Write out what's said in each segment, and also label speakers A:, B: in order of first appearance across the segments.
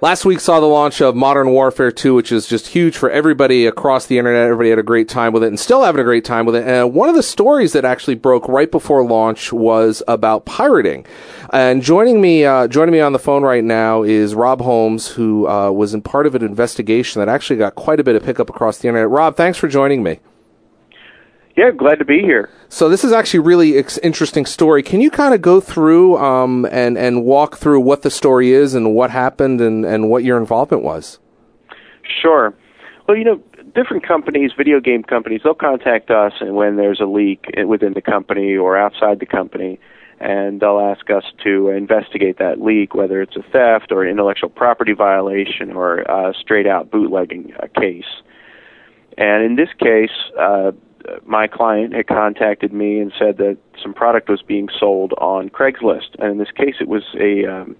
A: Last week saw the launch of Modern Warfare 2, which is just huge for everybody across the internet. Everybody had a great time with it and still having a great time with it. And one of the stories that actually broke right before launch was about pirating. And joining me, uh, joining me on the phone right now is Rob Holmes, who uh, was in part of an investigation that actually got quite a bit of pickup across the internet. Rob, thanks for joining me.
B: Yeah, glad to be here.
A: So this is actually a really ex- interesting story. Can you kind of go through um, and and walk through what the story is and what happened and and what your involvement was?
B: Sure. Well, you know, different companies, video game companies, they'll contact us, and when there's a leak within the company or outside the company, and they'll ask us to investigate that leak, whether it's a theft or an intellectual property violation or a straight out bootlegging uh, case. And in this case. Uh, my client had contacted me and said that some product was being sold on Craigslist, and in this case, it was a um,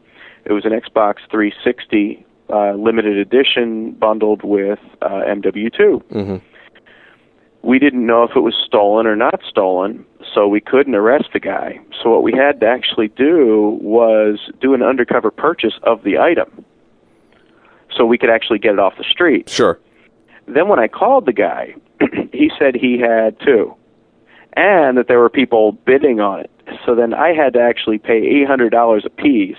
B: it was an Xbox 360 uh, limited edition bundled with uh, MW2.
A: Mm-hmm.
B: We didn't know if it was stolen or not stolen, so we couldn't arrest the guy. So what we had to actually do was do an undercover purchase of the item, so we could actually get it off the street.
A: Sure.
B: Then when I called the guy, he said he had two, and that there were people bidding on it. So then I had to actually pay eight hundred dollars apiece.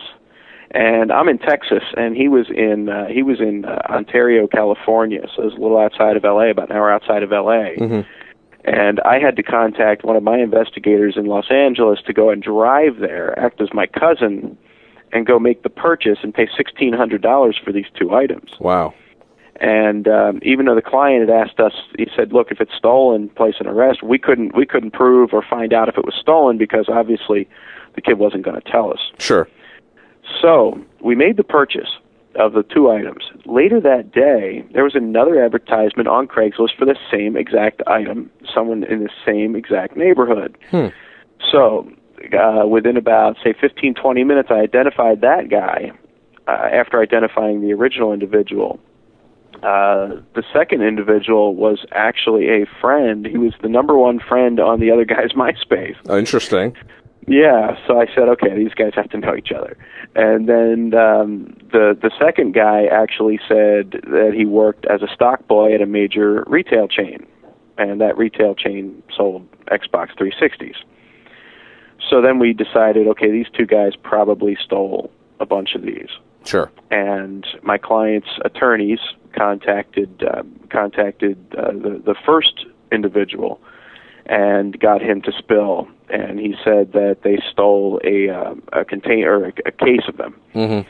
B: And I'm in Texas, and he was in uh, he was in uh, Ontario, California, so it was a little outside of L.A., about an hour outside of L.A.
A: Mhm.
B: And I had to contact one of my investigators in Los Angeles to go and drive there, act as my cousin, and go make the purchase and pay sixteen hundred dollars for these two items.
A: Wow.
B: And um, even though the client had asked us, he said, "Look, if it's stolen, place an arrest." We couldn't we couldn't prove or find out if it was stolen because obviously the kid wasn't going to tell us.
A: Sure.
B: So we made the purchase of the two items. Later that day, there was another advertisement on Craigslist for the same exact item, someone in the same exact neighborhood.
A: Hmm.
B: So uh, within about, say, 15, 20 minutes, I identified that guy uh, after identifying the original individual. Uh, the second individual was actually a friend. He was the number one friend on the other guy's MySpace.
A: Oh, interesting.
B: Yeah, so I said, okay, these guys have to know each other. And then um, the the second guy actually said that he worked as a stock boy at a major retail chain, and that retail chain sold Xbox 360s. So then we decided, okay, these two guys probably stole a bunch of these
A: Sure.
B: and my client's attorneys contacted um, contacted uh, the the first individual and got him to spill and he said that they stole a um, a container a, a case of them
A: Mm-hmm.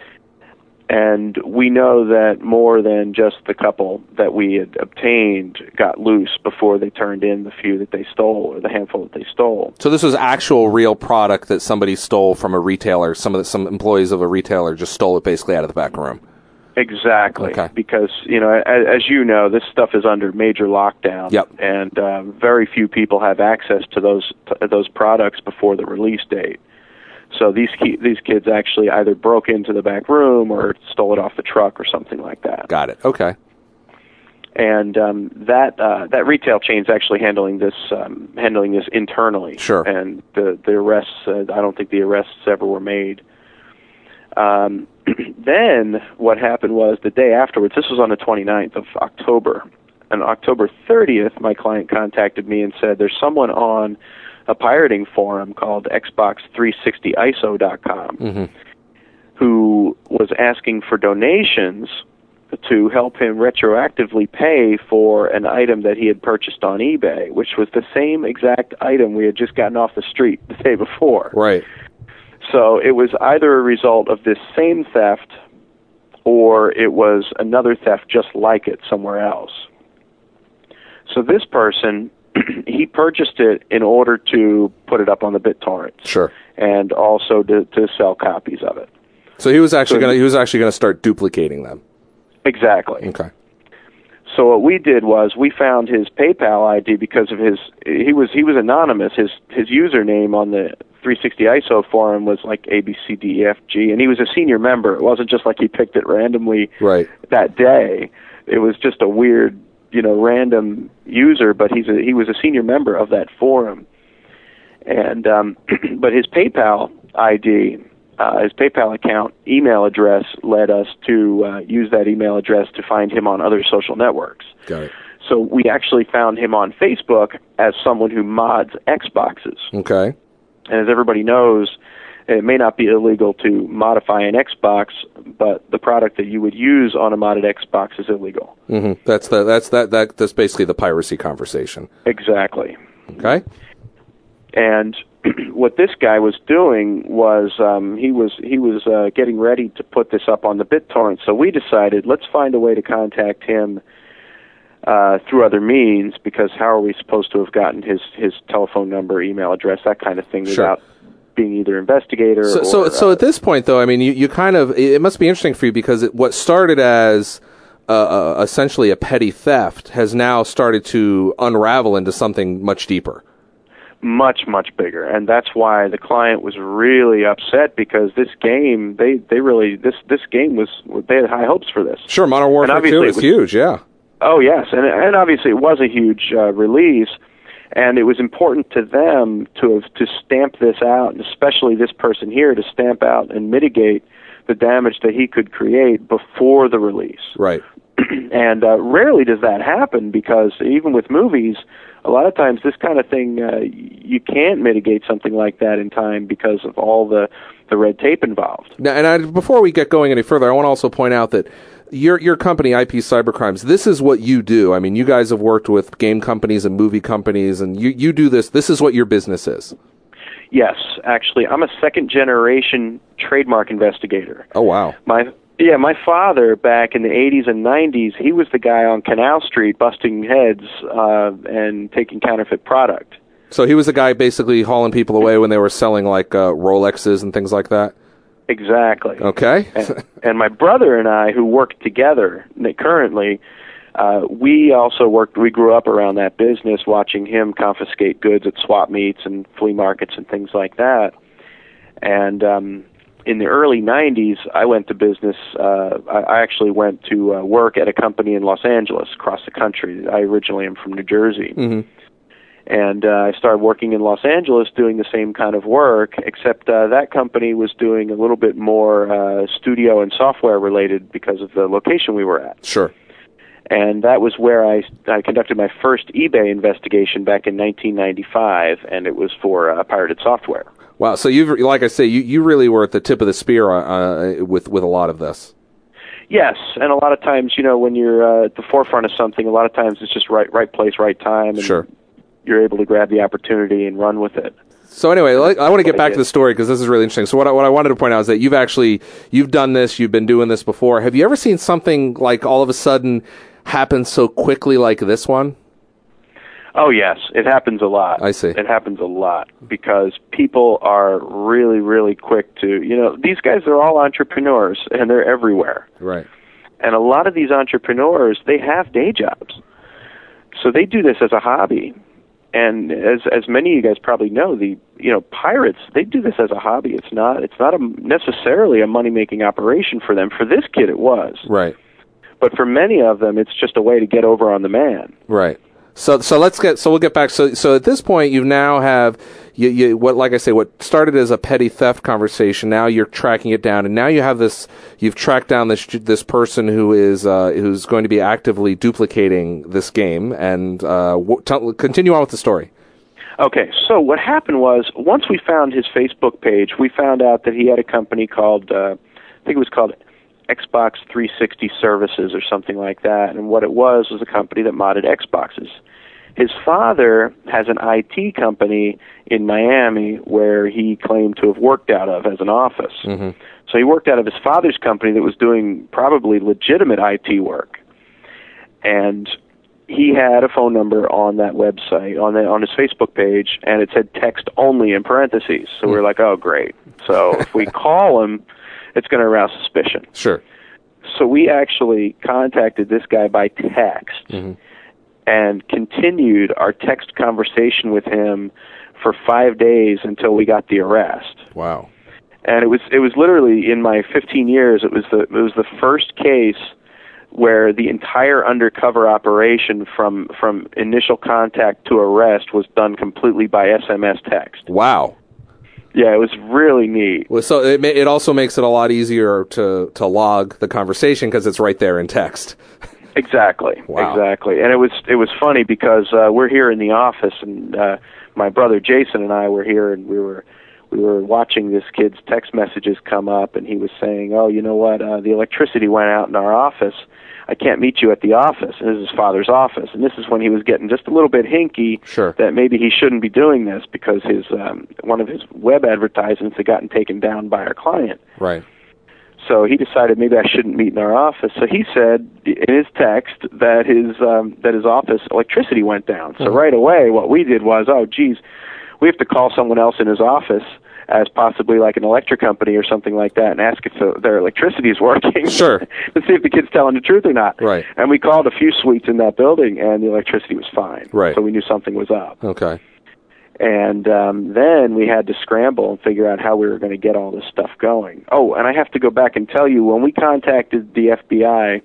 B: and we know that more than just the couple that we had obtained got loose before they turned in the few that they stole or the handful that they stole
A: So this was actual real product that somebody stole from a retailer. Some of the, some employees of a retailer just stole it basically out of the back room.
B: Exactly,
A: Okay.
B: because you know, as, as you know, this stuff is under major lockdown,
A: Yep.
B: and uh, very few people have access to those to those products before the release date. So these ki- these kids actually either broke into the back room or stole it off the truck or something like that.
A: Got it. Okay.
B: And um, that uh, that retail chain's actually handling this um, handling this internally.
A: Sure.
B: And the the arrests, uh, I don't think the arrests ever were made. Um, then what happened was the day afterwards, this was on the 29th of October. On October 30th, my client contacted me and said, There's someone on a pirating forum called Xbox360ISO.com
A: Mm-hmm.
B: who was asking for donations to help him retroactively pay for an item that he had purchased on eBay, which was the same exact item we had just gotten off the street the day before.
A: Right.
B: So it was either a result of this same theft or it was another theft just like it somewhere else. So this person, he purchased it in order to put it up on the BitTorrent
A: Sure.
B: and also to, to sell copies of it.
A: So he was actually
B: So-
A: gonna he was actually gonna start duplicating them.
B: Exactly.
A: Okay.
B: So what we did was we found his PayPal ID because of his he was he was anonymous. His his username on the 360 ISO forum was like ABCDEFG, E and he was a senior member. It wasn't just like he picked it randomly
A: Right.
B: that day. It was just a weird, you know, random user, but he's a, he was a senior member of that forum. And um, but his PayPal ID, uh, uh, his PayPal account email address led us to uh, use that email address to find him on other social networks.
C: Got it.
B: So we actually found him on Facebook as someone who mods Xboxes.
C: Okay.
B: And as everybody knows, it may not be illegal to modify an Xbox, but the product that you would use on a modded Xbox is illegal.
A: Mm-hmm.
C: hmm That's the that's that, that that's basically the piracy conversation.
B: Exactly.
C: Okay.
B: And what this guy was doing was um, he was he was uh, getting ready to put this up on the BitTorrent. So we decided let's find a way to contact him uh, through other means because how are we supposed to have gotten his his telephone number, email address, that kind of thing
C: Sure.
B: without being either investigator
C: So
B: or
C: so, so
B: uh,
C: at this point though, I mean, you, you kind of it must be interesting for you because it, what started as uh, uh, essentially a petty theft has now started to unravel into something much deeper.
B: much much bigger and that's why the client was really upset because this game they they really this this game was they had high hopes for this
C: Sure, Modern Warfare
B: obviously
C: Two
B: it
C: is
B: was-
C: huge. Yeah.
B: oh yes and and obviously it was a huge uh, release and it was important to them to have to stamp this out and especially this person here to stamp out and mitigate the damage that he could create before the release
C: Right.
B: and uh, rarely does that happen because even with movies, a lot of times this kind of thing uh, you can't mitigate something like that in time because of all the the red tape involved.
C: Now, and I, before we get going any further, I want to also point out that your your company, IP Cybercrimes, this is what you do. I mean, you guys have worked with game companies and movie companies, and you, you do this. This is what your business is.
B: Yes, actually, I'm a second generation trademark investigator.
C: Oh wow!
B: My yeah, my father back in the 80s and 90s, he was the guy on Canal Street busting heads uh, and taking counterfeit product.
C: So he was the guy basically hauling people away when they were selling like uh, Rolexes and things like that.
B: Exactly.
C: Okay.
B: and, and my brother and I, who work together n- currently, uh, we also worked. We grew up around that business, watching him confiscate goods at swap meets and flea markets and things like that. And um, in the early '90s, I went to business. Uh, I, I actually went to uh, work at a company in Los Angeles, across the country. I originally am from New Jersey
C: hmm
B: and uh, I started working in Los Angeles doing the same kind of work, except uh, that company was doing a little bit more uh, studio and software related because of the location we were at.
C: Sure.
B: And that was where I, I conducted my first eBay investigation back in 1995, and it was for uh, pirated software.
C: Wow. So you've like I say, you, you really were at the tip of the spear uh, with with a lot of this.
B: Yes, and a lot of times, you know, when you're uh, at the forefront of something, a lot of times it's just right, right place, right time, and
C: Sure.
B: you're able to grab the opportunity and run with it.
C: So anyway, like, I want to get
B: what I
C: back to
B: did.
C: the story because this is really interesting. So what I, what I wanted to point out is that you've actually you've done this, you've been doing this before. Have you ever seen something like all of a sudden happen so quickly like this one?
B: Oh yes, it happens a lot.
C: I see.
B: It happens a lot because people are really, really quick to you know these guys are all entrepreneurs and they're everywhere.
C: Right.
B: And a lot of these entrepreneurs they have day jobs, so they do this as a hobby. And as as many of you guys probably know, the you know pirates they do this as a hobby. It's not it's not a, necessarily a money making operation for them. For this kid, it was,
C: Right.
B: but for many of them, it's just a way to get over on the man.
C: Right. So so let's get so we'll get back. So so at this point you now have you, you what like I say what started as a petty theft conversation now you're tracking it down and now you have this you've tracked down this this person who is uh, who's going to be actively duplicating this game and uh, w- tell continue on with the story.
B: Okay, so what happened was once we found his Facebook page, we found out that he had a company called, uh, I think it was called Xbox 360 Services or something like that. And what it was was a company that modded Xboxes. His father has an IT company in Miami where he claimed to have worked out of as an office. So he worked out of his father's company that was doing probably legitimate IT work. And he had a phone number on that website on the, on his Facebook page, and it said text only in parentheses. So we were like, oh great. So if we call him, it's going to arouse suspicion.
C: Sure.
B: So we actually contacted this guy by text and continued our text conversation with him for five days until we got the arrest.
C: Wow.
B: and it was it was literally in my 15 years it was the it was the first case where the entire undercover operation from from initial contact to arrest was done completely by SMS text.
C: Wow.
B: yeah, it was really neat.
A: Well, So it ma- it also makes it a lot easier to to log the conversation because it's right there in text.
B: Exactly.
A: Wow.
B: Exactly. And it was it was funny because uh, we're here in the office, and uh, my brother Jason and I were here, and we were we were watching this kid's text messages come up, and he was saying, "Oh, you know what? Uh, the electricity went out in our office. I can't meet you at the office." And this is his father's office, and this is when he was getting just a little bit hinky
A: Sure.
B: that maybe he shouldn't be doing this because his um, one of his web advertisements had gotten taken down by our client.
A: Right.
B: So he decided maybe I shouldn't meet in our office. So he said in his text that his um, that his office electricity went down.
A: Hmm.
B: So right away, what we did was, oh, geez, we have to call someone else in his office as possibly like an electric company or something like that, and ask if the, their electricity is working.
A: Sure.
B: to see if the kid's telling the truth or not.
A: Right.
B: And we called a few suites in that building, and the electricity was fine.
A: Right.
B: So we knew something was up.
A: Okay.
B: And um, then we had to scramble and figure out how we were going to get all this stuff going. Oh, and I have to go back and tell you when we contacted the FBI,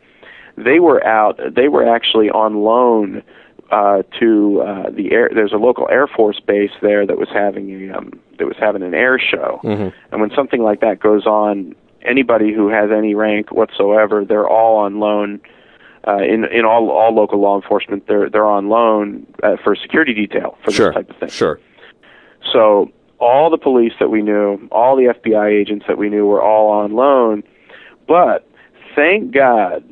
B: they were out. They were actually on loan uh, to uh, the air. There's a local Air Force base there that was having a um, that was having an air show. And when something like that goes on, anybody who has any rank whatsoever, they're all on loan. Uh, in in all all local law enforcement, they're they're on loan uh, for security detail for
A: Sure.
B: this type of thing.
A: Sure.
B: So all the police that we knew, all the FBI agents that we knew were all on loan. But thank God,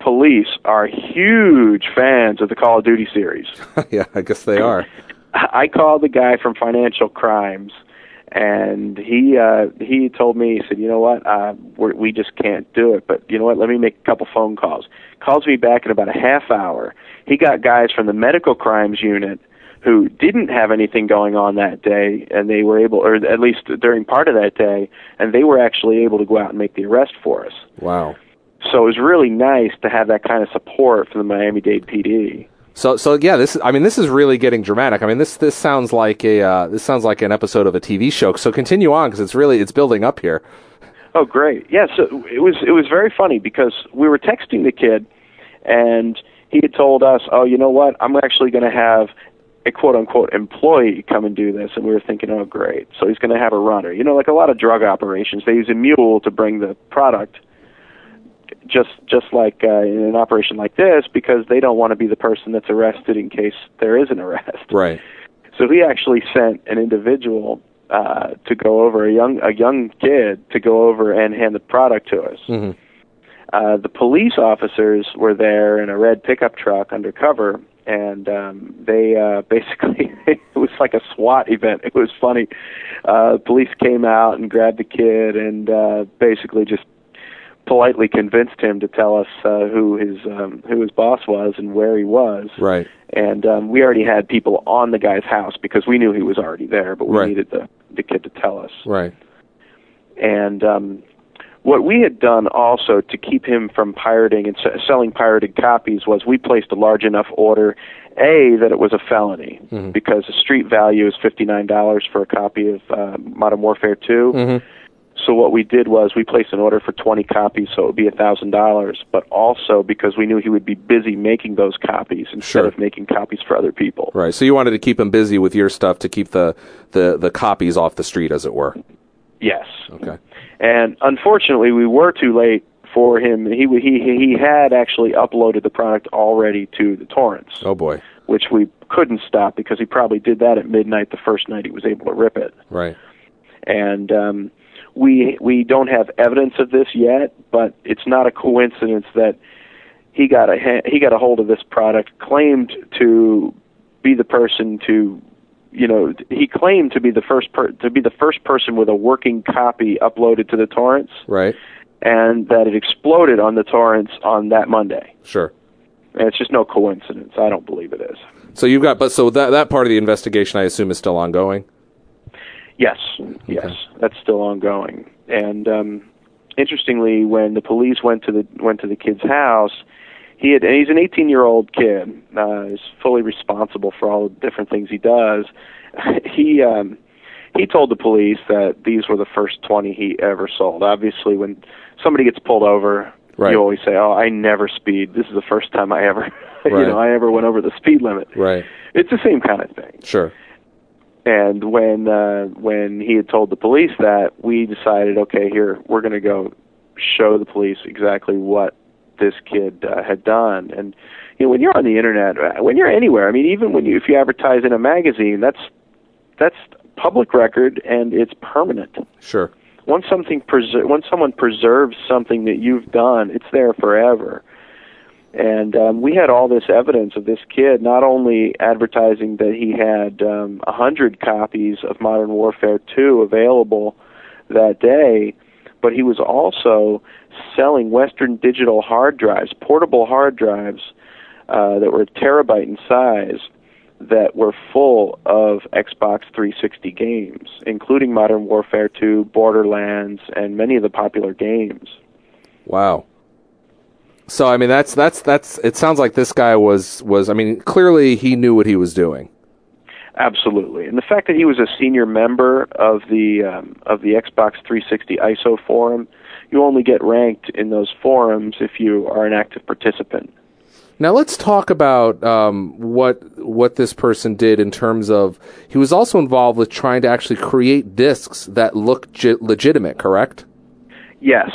B: police are huge fans of the Call of Duty series.
A: yeah, I guess they are.
B: I called the guy from Financial Crimes, and he uh, he told me he said, you know what, uh, we're, we just can't do it. But you know what, let me make a couple phone calls. Calls me back in about a half hour. He got guys from the Medical Crimes Unit who didn't have anything going on that day, and they were able, or at least during part of that day, and they were actually able to go out and make the arrest for us.
A: Wow.
B: So it was really nice to have that kind of support from the Miami-Dade PD.
A: So so yeah, this I mean this is really getting dramatic. I mean this this sounds like a uh, this sounds like an episode of a TV show. So continue on because it's really it's building up here.
B: Oh, great! Yeah, so it was it was very funny because we were texting the kid, and he had told us, "Oh, you know what? I'm actually going to have a quote unquote employee come and do this." And we were thinking, "Oh, great! So he's going to have a runner." You know, like a lot of drug operations, they use a mule to bring the product. Just just like uh, in an operation like this, because they don't want to be the person that's arrested in case there is an arrest.
A: Right.
B: So he actually sent an individual uh, to go over a young a young kid to go over and hand the product to us.
A: Mhm.
B: Uh, the police officers were there in a red pickup truck undercover, and um, they uh, basically it was like a SWAT event. It was funny. Uh, police came out and grabbed the kid and uh, basically just politely convinced him to tell us uh, who his um, who his boss was and where he was
A: Right.
B: and um, we already had people on the guy's house because we knew he was already there, but we
A: Right.
B: needed the the kid to tell us.
A: Right.
B: And um, what we had done also to keep him from pirating and s- selling pirated copies was we placed a large enough order, a that it was a felony
A: Mm-hmm.
B: because the street value is fifty nine dollars for a copy of uh, Modern Warfare 2
A: Mhm.
B: So what we did was we placed an order for twenty copies, so it would be a thousand dollars. But also because we knew he would be busy making those copies instead
A: Sure.
B: of making copies for other people.
A: Right. So you wanted to keep him busy with your stuff to keep the the the copies off the street, as it were.
B: Yes.
A: Okay.
B: And unfortunately, we were too late for him. He w- he he had actually uploaded the product already to the torrents,
A: Oh boy.
B: which we couldn't stop because he probably did that at midnight the first night he was able to rip it.
A: Right.
B: And um, we we don't have evidence of this yet, but it's not a coincidence that he got a ha- he got a hold of this product, claimed to be the person to you know he claimed to be the first per- to be the first person with a working copy uploaded to the torrents
A: Right.
B: and that it exploded on the torrents on that Monday.
A: Sure.
B: And it's just no coincidence. I don't believe it is.
A: So you've got but so that that part of the investigation I assume is still ongoing.
B: Yes, yes, that's still ongoing. And um, interestingly, when the police went to the went to the kid's house, he had and he's an 18 year old kid. Uh, he's fully responsible for all the different things he does. he um, he told the police that these were the first 20 he ever sold. Obviously, when somebody gets pulled over.
A: Right.
B: You always say, "Oh, I never speed. This is the first time I ever, you
A: Right.
B: know, I ever went over the speed limit."
A: Right.
B: It's the same kind of thing
A: Sure.
B: And when uh, when he had told the police that, we decided, okay, here we're going to go show the police exactly what this kid uh, had done. And you know, when you're on the internet, uh, when you're anywhere, I mean, even when you if you advertise in a magazine, that's that's public record and it's permanent.
C: Sure.
B: Once something preser- once someone preserves something that you've done, it's there forever. And um, we had all this evidence of this kid not only advertising that he had a um, hundred copies of Modern Warfare 2 available that day, but he was also selling Western Digital hard drives, portable hard drives uh, that were a terabyte in size that were full of Xbox 360 games, including Modern Warfare 2, Borderlands, and many of the popular games.
C: Wow. So I mean that's that's that's it sounds like this guy was was I mean clearly he knew what he was doing.
B: Absolutely, and the fact that he was a senior member of the um, of the Xbox 360 ISO forum, you only get ranked in those forums if you are an active participant.
C: Now let's talk about um, what what this person did in terms of he was also involved with trying to actually create discs that look ge- legitimate, correct?
B: Yes,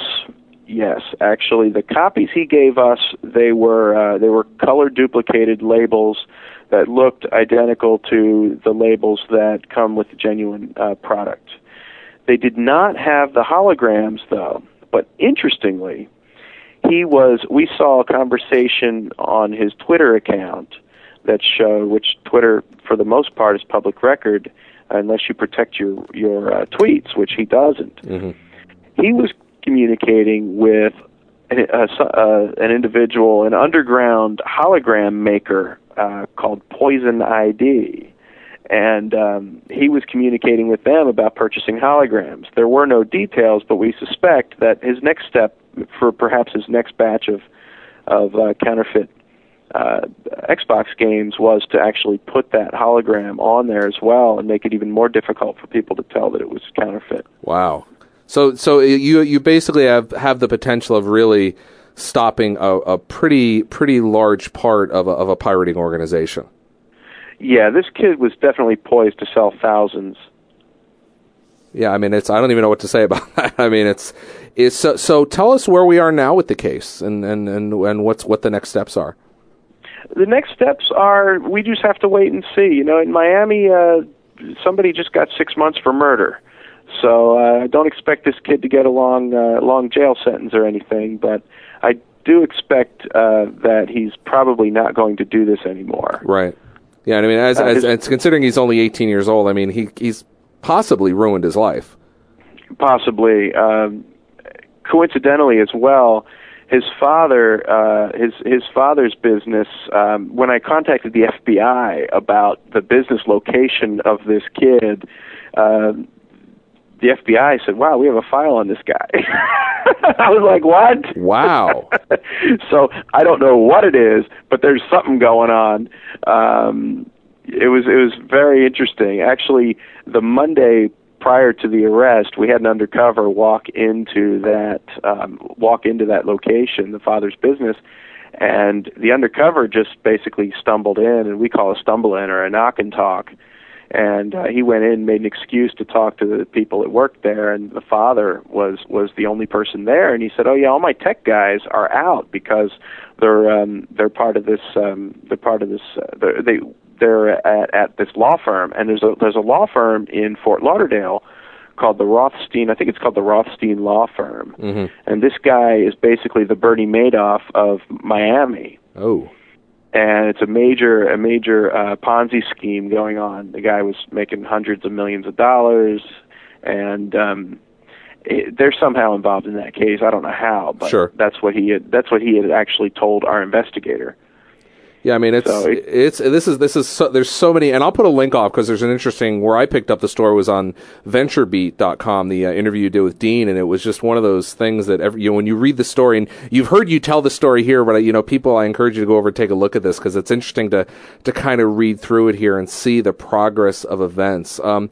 B: yes. Actually, the copies he gave us they were uh, they were color duplicated labels that looked identical to the labels that come with the genuine uh, product. They did not have the holograms though, but interestingly, he was we saw a conversation on his twitter account that showed which twitter for the most part is public record unless you protect your your uh, tweets which he doesn't mm-hmm. he was communicating with an, uh, uh, an individual an underground hologram maker uh, called poison id and um, he was communicating with them about purchasing holograms. There were no details, but we suspect that his next step for perhaps his next batch of of uh, counterfeit uh, Xbox games was to actually put that hologram on there as well and make it even more difficult for people to tell that it was counterfeit.
C: Wow. So so uh, you you basically have have the potential of really stopping a, a pretty pretty large part of a, of a pirating organization.
B: Yeah, this kid was definitely poised to sell thousands.
C: Yeah, I mean it's I don't even know what to say about that. I mean it's is so, so tell us where we are now with the case and, and, and, and what's what the next steps are
B: the next steps are we just have to wait and see you know in miami uh, somebody just got six months for murder so i uh, don't expect this kid to get a long uh, long jail sentence or anything but i do expect uh, that he's probably not going to do this anymore
C: right yeah i mean as, uh, as, as considering he's only 18 years old i mean he he's possibly ruined his life
B: possibly um coincidentally as well, his father, uh, his his father's business. Um, when I contacted the FBI about the business location of this kid, uh, the FBI said, "Wow, we have a file on this guy." I was like, "What?"
C: Wow.
B: so I don't know what it is, but there's something going on. Um, it was it was very interesting. Actually, the Monday prior to the arrest, we had an undercover walk into that um, walk into that location, the father's business, and the undercover just basically stumbled in, and we call a stumble in or a knock and talk. And uh, he went in, made an excuse to talk to the people that worked there, and the father was was the only person there. And he said, "Oh yeah, all my tech guys are out because they're um, they're part of this um, they're part of this uh, they're, they they're at, at this law firm, and there's a there's a law firm in Fort Lauderdale called the Rothstein. I think it's called the Rothstein Law Firm, mm-hmm. and this guy is basically the Bernie Madoff of Miami.
C: Oh,
B: and it's a major a major uh, Ponzi scheme going on. The guy was making hundreds of millions of dollars, and um, it, they're somehow involved in that case. I don't know how, but
C: sure.
B: that's what he had, that's what he had actually told our investigator.
C: Yeah, I mean it's so it, it's this is this is so, there's so many, and I'll put a link off because there's an interesting where I picked up the story was on VentureBeat.com. The uh, interview you did with Dean, and it was just one of those things that every you know when you read the story and you've heard you tell the story here, but uh, you know people, I encourage you to go over and take a look at this because it's interesting to to kind of read through it here and see the progress of events. Um,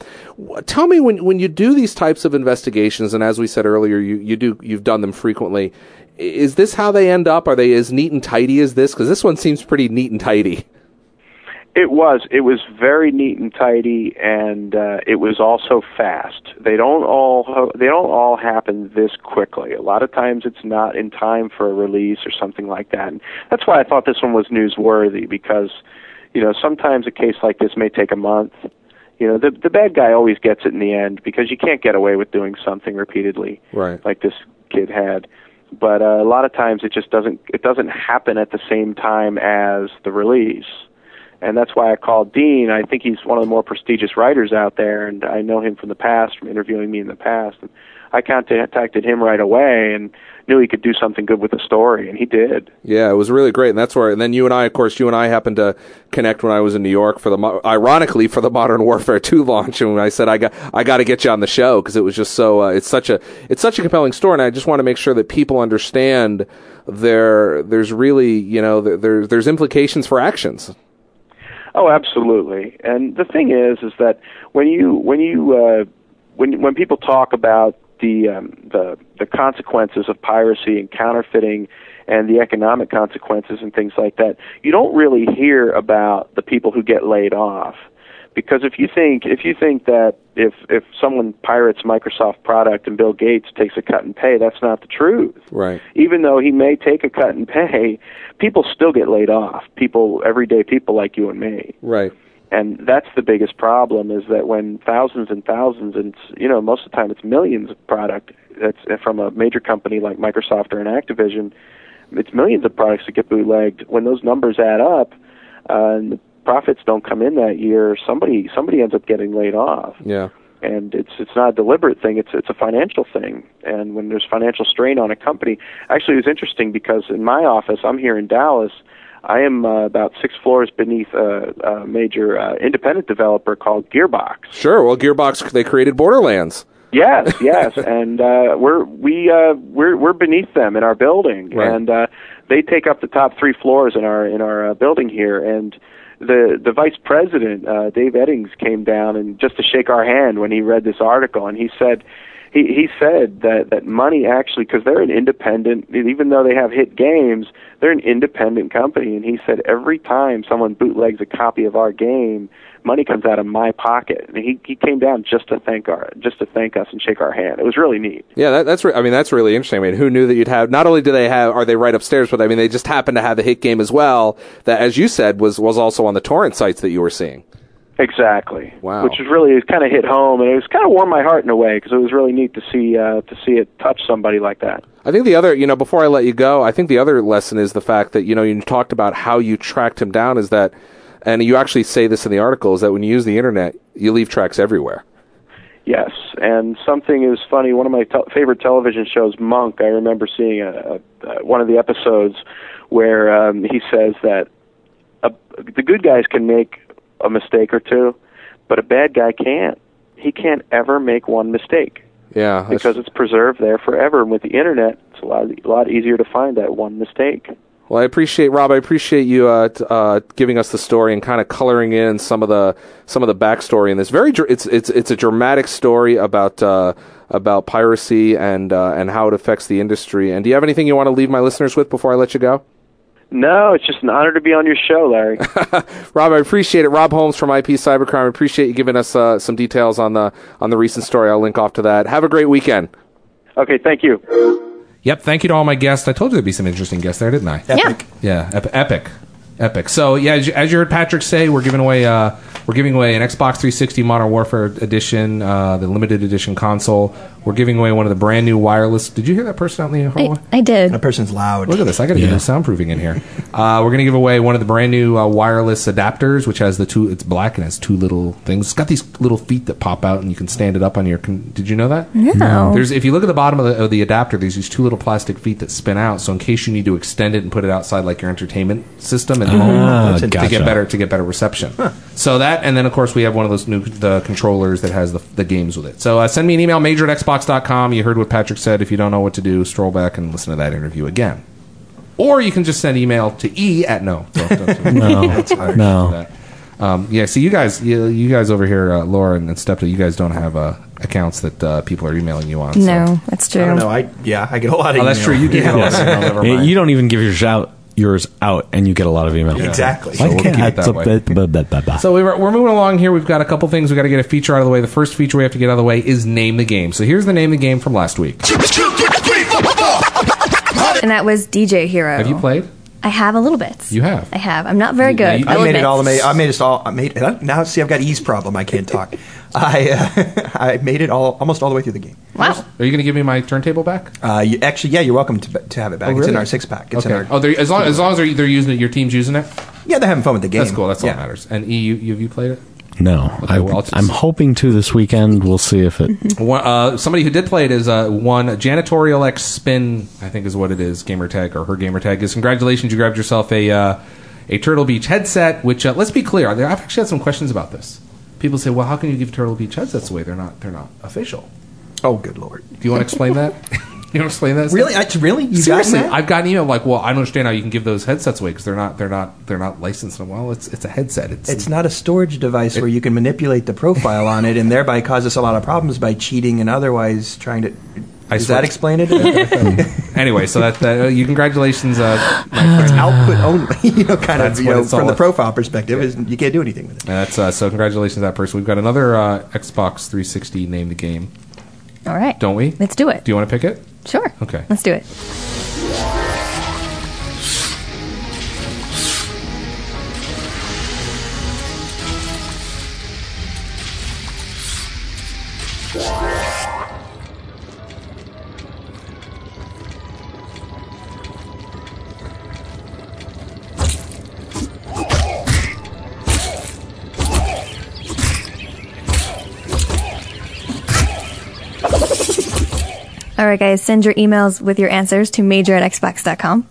C: tell me when when you do these types of investigations, and as we said earlier, you you do you've done them frequently is this how they end up? Are they as neat and tidy as this? Because this one seems pretty neat and tidy.
B: It was. It was very neat and tidy, and uh, it was also fast. They don't all they don't all happen this quickly. A lot of times, it's not in time for a release or something like that. And that's why I thought this one was newsworthy because, you know, sometimes a case like this may take a month. You know, the the bad guy always gets it in the end because you can't get away with doing something repeatedly
C: Right.
B: like this kid had. But uh, a lot of times, it just doesn't it doesn't happen at the same time as the release and that's why I called Dean. I think he's one of the more prestigious writers out there, and I know him from the past, from interviewing me in the past. And I contacted him right away and knew he could do something good with the story, and he did.
C: Yeah, it was really great, and that's where. And then you and I, of course, you and I happened to connect when I was in New York for the, mo- ironically, for the Modern Warfare Two launch. And when I said I got, I got to get you on the show because it was just so. Uh, it's such a, it's such a compelling story, and I just want to make sure that people understand there, there's really, you know, there, there's there's implications for actions.
B: Oh, absolutely. And the thing is, is that when you when you uh, when when people talk about the um, the the consequences of piracy and counterfeiting and the economic consequences and things like that, you don't really hear about the people who get laid off. Because if you think if you think that if if someone pirates Microsoft product and Bill Gates takes a cut in pay, that's not the truth
C: Right.
B: even though he may take a cut in pay, people still get laid off. People, everyday people like you and me,
C: Right.
B: and that's the biggest problem. Is that when thousands and thousands, and you know, most of the time it's millions of product that's from a major company like Microsoft or an Activision, it's millions of products that get bootlegged. When those numbers add up, uh, and the profits don't come in that year, somebody somebody ends up getting laid off
C: Yeah.
B: and it's it's not a deliberate thing it's it's a financial thing and when there's financial strain on a company actually it was interesting because in my office i'm here in dallas i am uh, about six floors beneath a, a major uh, independent developer called gearbox
C: Sure. Well, Gearbox they created Borderlands.
B: Yes, yes, and uh, we're we uh, we're we're beneath them in our building,
C: Right.
B: and uh, they take up the top three floors in our in our uh, building here. And the the vice president uh, Dave Eddings came down and just to shake our hand when he read this article, and he said. He, he said that, that money actually, because they're an independent, even though they have hit games, they're an independent company. And he said every time someone bootlegs a copy of our game, money comes out of my pocket. And he he came down just to thank our just to thank us and shake our hand. It was really neat.
C: Yeah, that, that's. Re- I mean, that's really interesting. I mean, who knew that you'd have? Not only do they have, are they right upstairs? But I mean, they just happen to have the hit game as well. That, as you said, was was also on the torrent sites that you were seeing.
B: Exactly.
C: Wow.
B: Which was really it kind of hit home, and it was kind of warmed my heart in a way because it was really neat to see uh, to see it touch somebody like that.
C: I think the other, you know, before I let you go, I think the other lesson is the fact that you know you talked about how you tracked him down. Is that, and you actually say this in the article, is that when you use the internet, you leave tracks everywhere.
B: Yes, and something is funny. One of my tel favorite television shows, Monk. I remember seeing a, a, a one of the episodes where um, he says that a, the good guys can make a mistake or two, but a bad guy can't. He can't ever make one mistake.
C: Yeah, that's-
B: because it's preserved there forever. And with the internet, it's a lot a lot easier to find that one mistake.
C: Well, I appreciate Rob. I appreciate you uh, t- uh, giving us the story and kind of coloring in some of the some of the backstory in this. Very, dr- it's it's it's a dramatic story about uh, about piracy and uh, and how it affects the industry. And do you have anything you want to leave my listeners with before I let you go?
B: No, it's just an honor to be on your show, Larry.
C: Rob, I appreciate it. Rob Holmes from IP Cybercrime. I appreciate you giving us uh, some details on the on the recent story. I'll link off to that. Have a great weekend.
B: okay, thank you.
C: Yep. Thank you to all my guests. I told you there'd be some interesting guests there, didn't I?
D: Epic.
C: Yeah, ep- epic, epic. So yeah, as you, as you heard Patrick say, we're giving away uh, we're giving away an Xbox 360 Modern Warfare Edition, uh, the limited edition console. We're giving away one of the brand new wireless. Did you hear that person out in the hallway?
D: I, I did.
E: That person's loud.
C: Look at this! I got to do
F: Yeah.
C: soundproofing in here. Uh, we're gonna give away one of the brand new uh, wireless adapters, which has the two. It's black and has two little things. It's got these little feet that pop out, and you can stand it up on your. Con- Did you know that?
D: No.
C: There's if you look at the bottom of the, of the adapter, there's these two little plastic feet that spin out. So in case you need to extend it and put it outside, like your entertainment system, and
F: Ah,
C: to
F: gotcha.
C: get better to get better reception. So that, and then of course we have one of those new the controllers that has the, the games with it. So uh, send me an email, major at xbox.com. You heard what Patrick said. If you don't know what to do, stroll back and listen to that interview again. Or you can just send email to e at no. Don't- don't-
F: No.
C: that's harsh.
F: No.
C: That. Um, yeah, so you guys, you, you guys over here, uh, Laura and, and Stepto, you guys don't have uh, accounts that uh, people are emailing you on. so-
D: no, that's
E: I
D: true.
E: don't know. I yeah, I get a lot of.
C: Oh, that's
E: email.
C: true. You do.
E: Yeah.
C: Yeah.
F: Yeah, you don't even give your shout yours out, and you get a lot of email.
E: Exactly.
F: Why
E: So we'll
F: can't
E: keep
F: I-
E: it that way.
F: blah, blah, blah, blah.
C: So we were, we're moving along here. We've got a couple things we got to get a feature out of the way. The first feature we have to get out of the way is name the game. So here's the name of the game from last week.
D: And that was DJ Hero.
C: Have you played?
D: I have a little bit.
C: You have.
D: I have. I'm not very
C: Yeah,
D: good.
C: you-
D: I'll
E: I made
D: admit.
E: it all. I made, I made us all. I made it, now. See, I've got E's problem. I can't talk. I uh, I made it all almost all the way through the game.
D: Wow.
C: Are you going to give me my turntable back?
E: Uh, you, actually, yeah, you're welcome to, to have it back. It's in
C: really?
E: our six pack. It's
C: okay.
E: in our.
C: oh, they're, as long as long as they're, they're using it, your team's using it.
E: yeah, they're having fun with the game.
C: That's cool. That's all
E: yeah.
C: that matters. And E, you, you have you played it?
F: No, I,
C: well, I'll just-
F: I'm hoping to this weekend. We'll see if it.
C: One, uh, somebody who did play it is uh, one janitorial X spin, I think is what it is, gamer tag or her gamer tag is. Congratulations, you grabbed yourself a uh, a Turtle Beach headset. Which uh, let's be clear, there- I've actually had some questions about this. People say, well, how can you give Turtle Beach headsets away? They're not they're not official.
E: Oh, good lord.
C: Do you want to explain that? you want to explain that?
E: Really? I, really? You
C: Seriously,
E: gotten that?
C: I've gotten email like, well, I don't understand how you can give those headsets away because they're not they're not they're not licensed. And, Well, it's it's a headset. It's,
E: It's not a storage device where you can manipulate the profile on it and thereby cause us a lot of problems by cheating and otherwise trying to.
C: I
E: does
C: swear
E: that
C: to-
E: explain it? it's
C: anyway. So that, that uh, you congratulations, uh, my friend.
E: output
F: Ah.
E: only, you know, kind
C: That's
E: of, you
C: what
E: know,
C: it's
E: from
C: all-
E: the profile perspective. Is, you can't do anything with it.
C: And that's uh, so. Congratulations, to that person. We've got another uh, Xbox 360 name the game,
D: All right.
C: don't we?
D: Let's do it.
C: Do you want to pick it?
D: Sure.
C: Okay.
D: Let's do it. All right, guys, send your emails with your answers to major at xbox.com.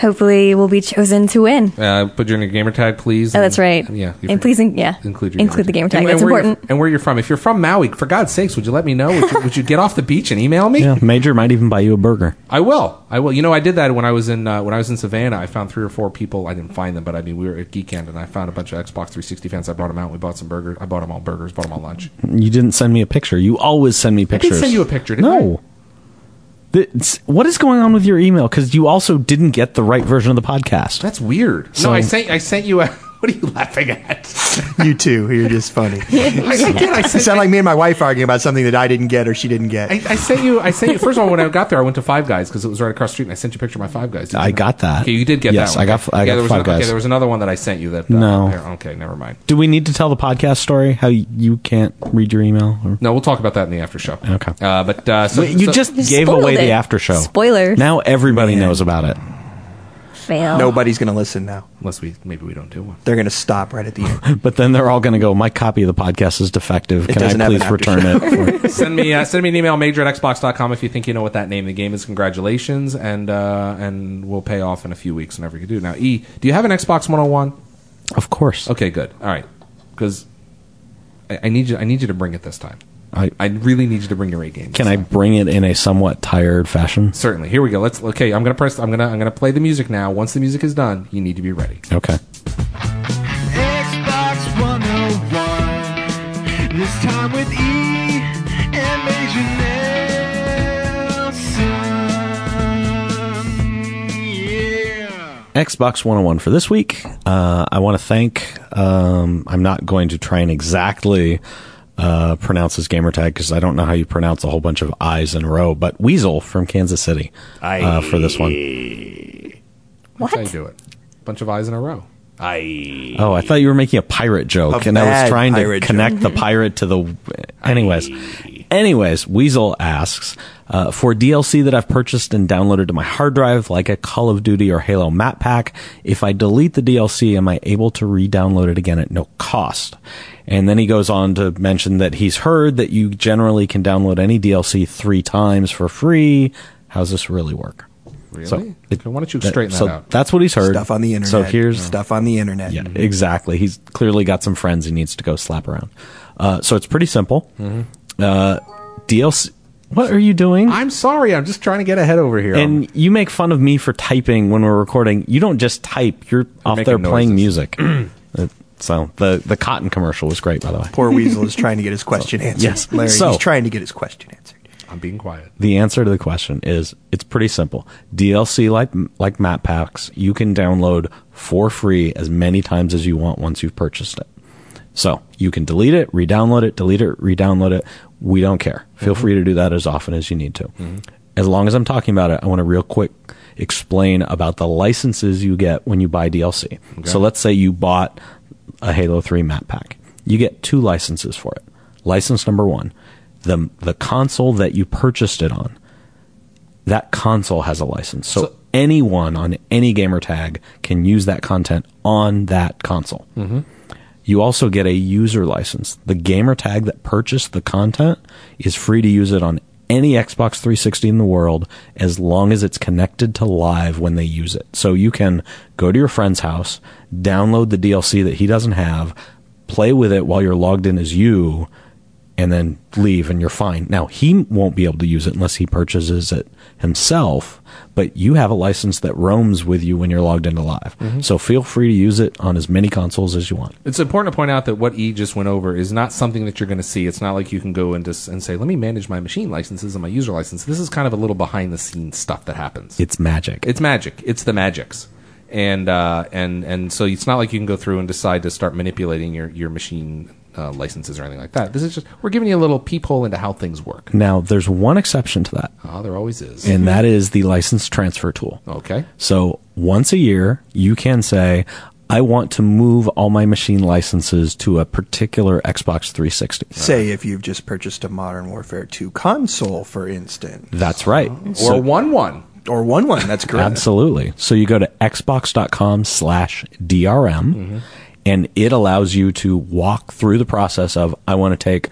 D: Hopefully, we'll be chosen to win.
C: Uh, put your gamer tag, please.
D: Oh,
C: and-
D: that's right.
C: Yeah. you
D: and
C: forgot-
D: please, in- yeah,
C: include your
D: include the gamer tag.
C: And-
D: That's
C: and where
D: important.
C: You're, and where you're from? If you're from Maui, for God's sakes, would you let me know? Would you, would you get off the beach and email me?
F: Yeah, Major might even buy you a burger.
C: I will. I will. You know, I did that when I was in uh, when I was in Savannah. I found three or four people. I didn't find them, but I mean, we were at Geekend, and I found a bunch of Xbox 360 fans. I brought them out. We bought some burgers. I bought them all burgers. Bought them all lunch.
F: You didn't send me a picture. You always send me
C: did
F: pictures.
C: send you a picture, didn't
F: no. That's- what is going on with your email? Because you also didn't get the right version of the podcast.
C: That's weird.
F: So-
C: no, I sent I sent you a. What are you laughing at?
E: You too. You're just funny. you
C: I, I did. I sent
E: sound like me and my wife arguing about something that I didn't get or she didn't get.
C: I, I sent you. I sent you. First of all, when I got there, I went to Five Guys because it was right across the street, and I sent you a picture of my Five Guys. didn't
F: I got that.
C: Okay, you did get
F: Yes,
C: that. one.
F: I got- I
C: yeah,
F: got
C: there was
F: Five
C: an- okay,
F: Guys.
C: there was another one that I sent you. That uh,
F: No.
C: there- Okay, never mind.
F: Do we need to tell the podcast story how you can't read your email? Or?
C: No, we'll talk about that in the after show.
F: Okay.
C: Uh, but uh, so,
F: Wait, you
C: so-
F: just
D: You
F: gave
D: spoiled
F: away
D: it.
F: the after show.
D: Spoilers.
F: Now everybody knows about it.
D: Fail.
E: Nobody's going to listen now.
C: unless we maybe we don't do one.
E: They're going to stop right at the end.
F: But then they're all going to go, my copy of the podcast is defective. Can I
E: doesn't have an
F: please
E: after
F: return it? Or-
C: send me uh, send me an email major at xbox.com if you think you know what that name of the game is congratulations and uh, and we'll pay off in a few weeks whenever you do now e do you have an xbox 101
F: of course.
C: okay good all right because I, I need you i need you to bring it this time
F: I-
C: i really need you to bring your eight games
F: Can
C: this
F: I
C: time.
F: bring it in a somewhat tired fashion?
C: certainly here we go let's okay i'm gonna press i'm gonna i'm gonna play the music now once the music is done you need to be ready
F: Okay.
G: Xbox 101. This time with E and Major Nelson. Yeah.
F: Xbox 101 for this week. Uh, I want to thank. Um, I'm not going to try and exactly uh, pronounce his gamer tag because I don't know how you pronounce a whole bunch of I's in a row, but Weasel from Kansas City uh, for this one.
C: that's how you do it bunch of eyes in a row
F: Oh, I thought you were making a pirate joke,
E: A
F: and I was
E: bad
F: trying to
E: pirate joke.
F: connect the pirate to the. Anyways, anyways, Weasel asks uh, for DLC that I've purchased and downloaded to my hard drive, like a Call of Duty or Halo map pack. If I delete the DLC, am I able to re-download it again at no cost? And then he goes on to mention that he's heard that you generally can download any DLC three times for free. How's this really work?
C: really
F: So it-
C: okay, why don't you straighten that,
F: so
C: out
F: That's what he's heard.
E: Stuff on the internet.
F: So here's
E: stuff on the internet.
C: Mm-hmm.
F: yeah, exactly. He's clearly got some friends he needs to go slap around. Uh, so it's pretty simple.
C: Mm-hmm.
F: Uh, DLC. What are you doing?
C: i'm sorry i'm just trying to get ahead over here
F: and you make fun of me for typing when we're recording. You don't just type. You're off there
C: making
F: playing
C: noises.
F: music. Uh, so the the cotton commercial was great, by the way.
E: Poor Weasel is trying to get his question answered.
F: Yes.
E: Larry,
F: So-
E: he's trying to get his question answered.
C: I'm being quiet.
F: The answer to the question is it's pretty simple. DLC like like map packs, you can download for free as many times as you want once you've purchased it. So you can delete it, re-download it, delete it, re-download it. We don't care. Feel free to do that as often as you need to. As long as I'm talking about it, I want to real quick explain about the licenses you get when you buy DLC. So let's say you bought a Halo 3 map pack. You get two licenses for it. License number 1, the the console that you purchased it on. That console has a license. So,
C: So-
F: anyone on any gamer tag can use that content on that console. Mm-hmm. You also get a user license. The gamer tag that purchased the content is free to use it on any Xbox 360 in the world as long as it's connected to live when they use it. So you can go to your friend's house, download the DLC that he doesn't have, play with it while you're logged in as you, and then leave and you're fine. Now, he won't be able to use it unless he purchases it himself, but you have a license that roams with you when you're logged into live. So feel free to use it on as many consoles as you want.
C: It's important to point out that what E just went over is not something that you're going to see. It's not like you can go and just and say, "Let me manage my machine licenses and my user license." This is kind of a little behind the scenes stuff that happens.
F: It's magic.
C: it's magic. It's the magics, and uh, and and so it's not like you can go through and decide to start manipulating your your machine uh, licenses or anything like that. This is just we're giving you a little peephole into how things work.
F: now, there's one exception to that,
C: Ah, there always is.
F: and that is the license transfer tool.
C: okay.
F: So once a year, you can say, I want to move all my machine licenses to a particular Xbox 360.
E: Say if you've just purchased a Modern Warfare 2 console, for instance,
F: That's right.
C: or one one.
E: or one one. That's correct.
F: Absolutely. So you go to xbox.com slash DRM
C: Mm-hmm.
F: and it allows you to walk through the process of I want to take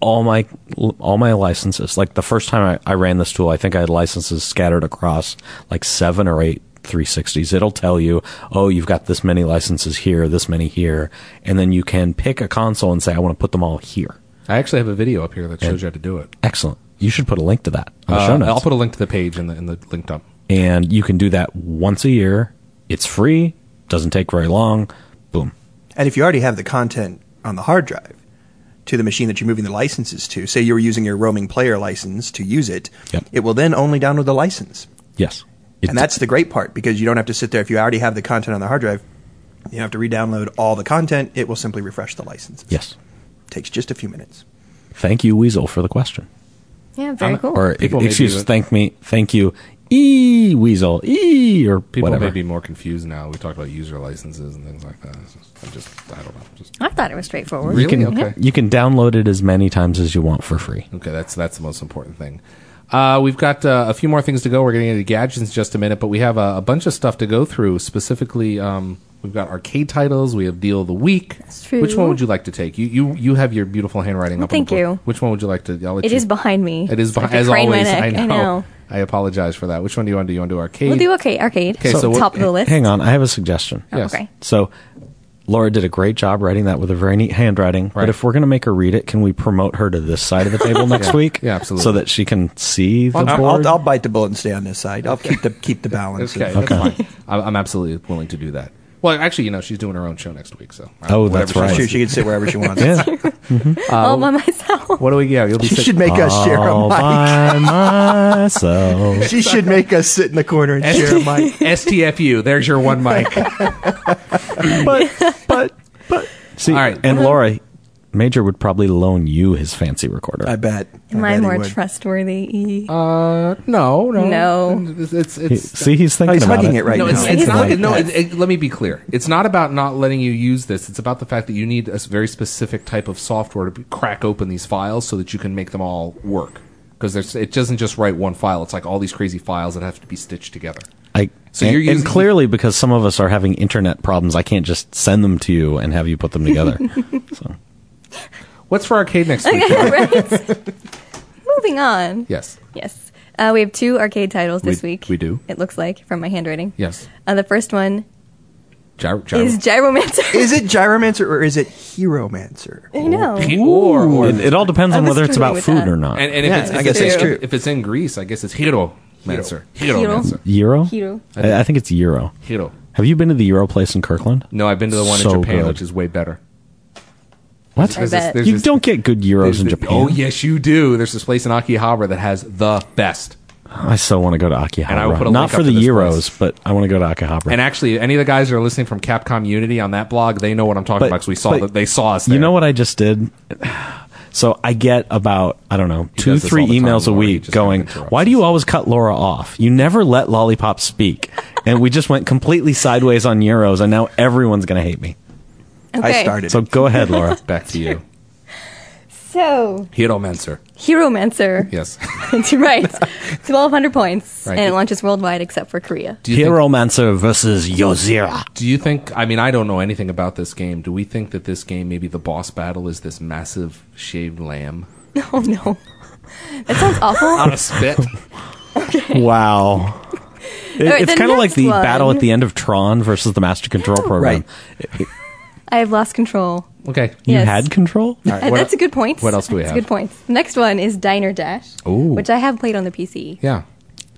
F: all my all my licenses. Like the first time I, I ran this tool, I think I had licenses scattered across like seven or eight 360s. It'll tell you, oh, you've got this many licenses here, this many here, and then you can pick a console and say, I want to put them all here.
C: I actually have a video up here that shows you how to do it.
F: Excellent. You should put a link to that on the
C: Uh,
F: show notes.
C: I'll put a link to the page in the in the link dump.
F: and you can do that once a year. It's free, doesn't take very long. Boom.
E: And if you already have the content on the hard drive to the machine that you're moving the licenses to, say you were using your roaming player license to use it,
F: Yep.
E: it will then only download the license.
F: Yes. It-
E: And that's the great part because you don't have to sit there. If you already have the content on the hard drive, you don't have to re-download all the content. It will simply refresh the licenses.
F: yes.
E: takes just a few minutes.
F: Thank you, Weasel, for the question.
D: Yeah, very cool.
F: Or
C: People
F: e-
C: may
F: excuse,
C: be-
F: thank me, thank you, e Weasel, e or
C: People
F: whatever.
C: may be more confused now. We talked about user licenses and things like that. It's just- I just I don't know. Just,
D: I thought it was straightforward.
C: really?
F: can-
C: okay.
F: You can download it as many times as you want for free.
C: Okay, that's that's the most important thing. Uh, we've got uh, a few more things to go. We're getting into gadgets in just a minute, but we have a, a bunch of stuff to go through. Specifically, um, we've got arcade titles. We have deal of the week. That's
D: true.
C: Which one would you like to take? You you you have your beautiful handwriting up. on
D: thank
C: the board.
D: you.
C: Which one would you like to? I'll let
D: It
C: you-
D: is behind me.
C: It is
D: So I
C: behind.
D: have to
C: As
D: crane my
C: always,
D: neck.
C: I know.
D: I know.
C: I apologize for that. Which one do you want to do? You want to do arcade?
D: We'll do okay, arcade.
C: Okay, so what-
D: top of the list.
F: Hang on, I have a suggestion.
C: Yes.
D: Okay.
F: So Laura did a great job writing that with a very neat handwriting.
C: Right.
F: But if we're going to make her read it, can we promote her to this side of the table next week?
C: Yeah, absolutely.
F: So that she can see the
E: I'll,
F: board.
E: I'll, I'll bite the bullet and stay on this side. I'll keep the keep the balance.
C: Okay, that's fine. I'm, I'm absolutely willing to do that. Well, actually, you know, she's doing her own show next week, so uh,
F: Oh,
C: whatever
F: that's
C: she
F: right.
C: wants
E: She,
C: to
E: she can sit wherever she wants.
F: yeah.
D: All by myself.
C: What do we? Yeah, you'll be.
E: She
C: sick-
E: should make us share a
F: all
E: mic.
F: by myself.
E: She should make us sit in the corner and share a mic.
C: STFU. There's your one mic.
F: but but but see,
C: All right.
F: and Laura Major would probably loan you his fancy recorder.
E: I bet. I
D: Am I
E: bet he
D: more
E: would.
D: trustworthy?
C: Uh, no, no,
D: No.
C: It's it's,
F: He-
C: it's
F: see, he's thinking
E: he's
F: about
E: hugging it right
C: no,
E: now.
C: it's,
E: No,
C: it's
E: it's
C: not.
E: like
C: no,
E: that.
C: it, it- let me be clear. It's not about not letting you use this. It's about the fact that you need a s- very specific type of software to be, crack open these files so that you can make them all work. Because there's, it doesn't just write one file. It's like all these crazy files that have to be stitched together.
F: I,
C: So
F: and,
C: you're using-
F: and clearly because some of us are having internet problems, I can't just send them to you and have you put them together. so
C: What's for arcade next week?
D: right. Moving on.
C: yes,
D: Yes. Uh, we have two arcade titles this
C: We-
D: week.
C: we do.
D: It looks like from my handwriting.
C: yes.
D: Uh, the first one
C: Gyro, gyro.
D: is Gyromancer.
E: Is it Gyromancer or is it Heromancer?
D: I know.
C: or, or
F: it, it all depends
D: I
F: on
D: was
F: whether it's
D: struggling
F: about
D: with
F: food
D: that.
F: or not.
C: and, and if
E: Yeah,
C: it's,
E: I
C: if
E: guess
C: it's
E: that's
C: in-
E: true.
C: If it's in Greece, I guess it's hero mancer. Hero
D: Hero.
C: mancer.
F: Euro?
D: Hero.
F: I, I think it's Euro.
C: Hero.
F: Have you been to the Euro place in Kirkland?
C: No, I've been to the one
F: So
C: in Japan,
F: good.
C: which is way better.
F: What?
D: I bet.
F: You don't get good Euros in Japan.
C: Oh yes, you do. There's this place in Akihabara that has the best.
F: I so want to go to Akihabara.
C: And I will put a
F: Not
C: link
F: for
C: up
F: the
C: to this
F: Euros, but I want to go to Akihabara.
C: And actually, any of the guys that are listening from Capcom Unity on that blog, they know what I'm talking
F: But-
C: about because we saw
F: but
C: that they saw us.
F: You
C: there.
F: know what I just did? So I get about I don't know two
C: does this
F: three
C: all the time,
F: emails a
C: Laura. He
F: week
C: just kinda
F: going.
C: interrupts
F: Why do you always cut Laura off? You never let Lollipop speak, and we just went completely sideways on euros, and now everyone's gonna hate me.
D: Okay.
E: I started.
F: So go ahead, Laura.
C: Back to you,
D: So,
C: Hiro Menser.
D: Hero Mancer.
C: Yes.
D: right. 1,200 points.
C: Right.
D: And it launches worldwide except for Korea.
C: Do you, think,
F: Hero Mancer versus Yozira.
C: do you think? I mean, I don't know anything about this game. Do we think that this game, maybe the boss battle, is this massive shaved lamb
D: Oh, no. That sounds awful.
C: on a spit?
F: Wow. It-
D: right,
F: it's
D: the
F: kind of like
D: next
F: the
D: one.
F: battle at the end of Tron versus the Master Control Program.
E: Right.
D: I have lost control.
C: okay.
F: You
D: Yes.
F: had control.
D: Uh,
C: what
D: that's
C: el-
D: a good point.
C: what else do we
D: that's
C: have?
D: A good point. Next one is Diner Dash,
C: Ooh.
D: which I have played on the PC.
C: Yeah.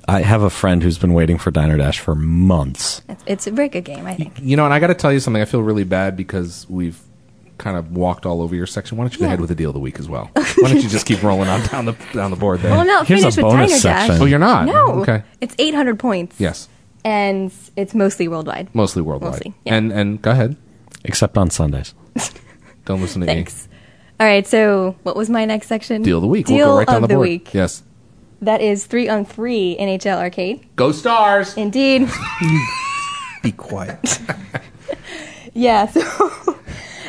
F: I have a friend who's been waiting for Diner Dash for months.
D: It's- It's a very good game, I think.
C: You know, and I got to tell you something. I feel really bad because we've kind of walked all over your section. Why don't you go ahead with the deal of the week as well? Why don't you just keep rolling on down the down the board there?
D: Well, I'm not
F: Here's a
D: finished with Diner
F: bonus
D: Dash.
F: section.
C: oh, you're not.
D: No.
C: Okay.
D: It's 800 points.
C: Yes.
D: And it's mostly worldwide.
C: Mostly worldwide.
D: Mostly, yeah.
C: And and go ahead.
F: Except on Sundays.
C: Don't listen to me.
D: Thanks. All right, so what was my next section?
C: Deal of the week.
D: Deal
C: we'll go right down
D: of
C: the
D: the,
C: board.
D: week.
C: Yes.
D: That is three on three NHL Arcade.
C: Go Stars.
D: Indeed.
E: be quiet.
D: yeah, so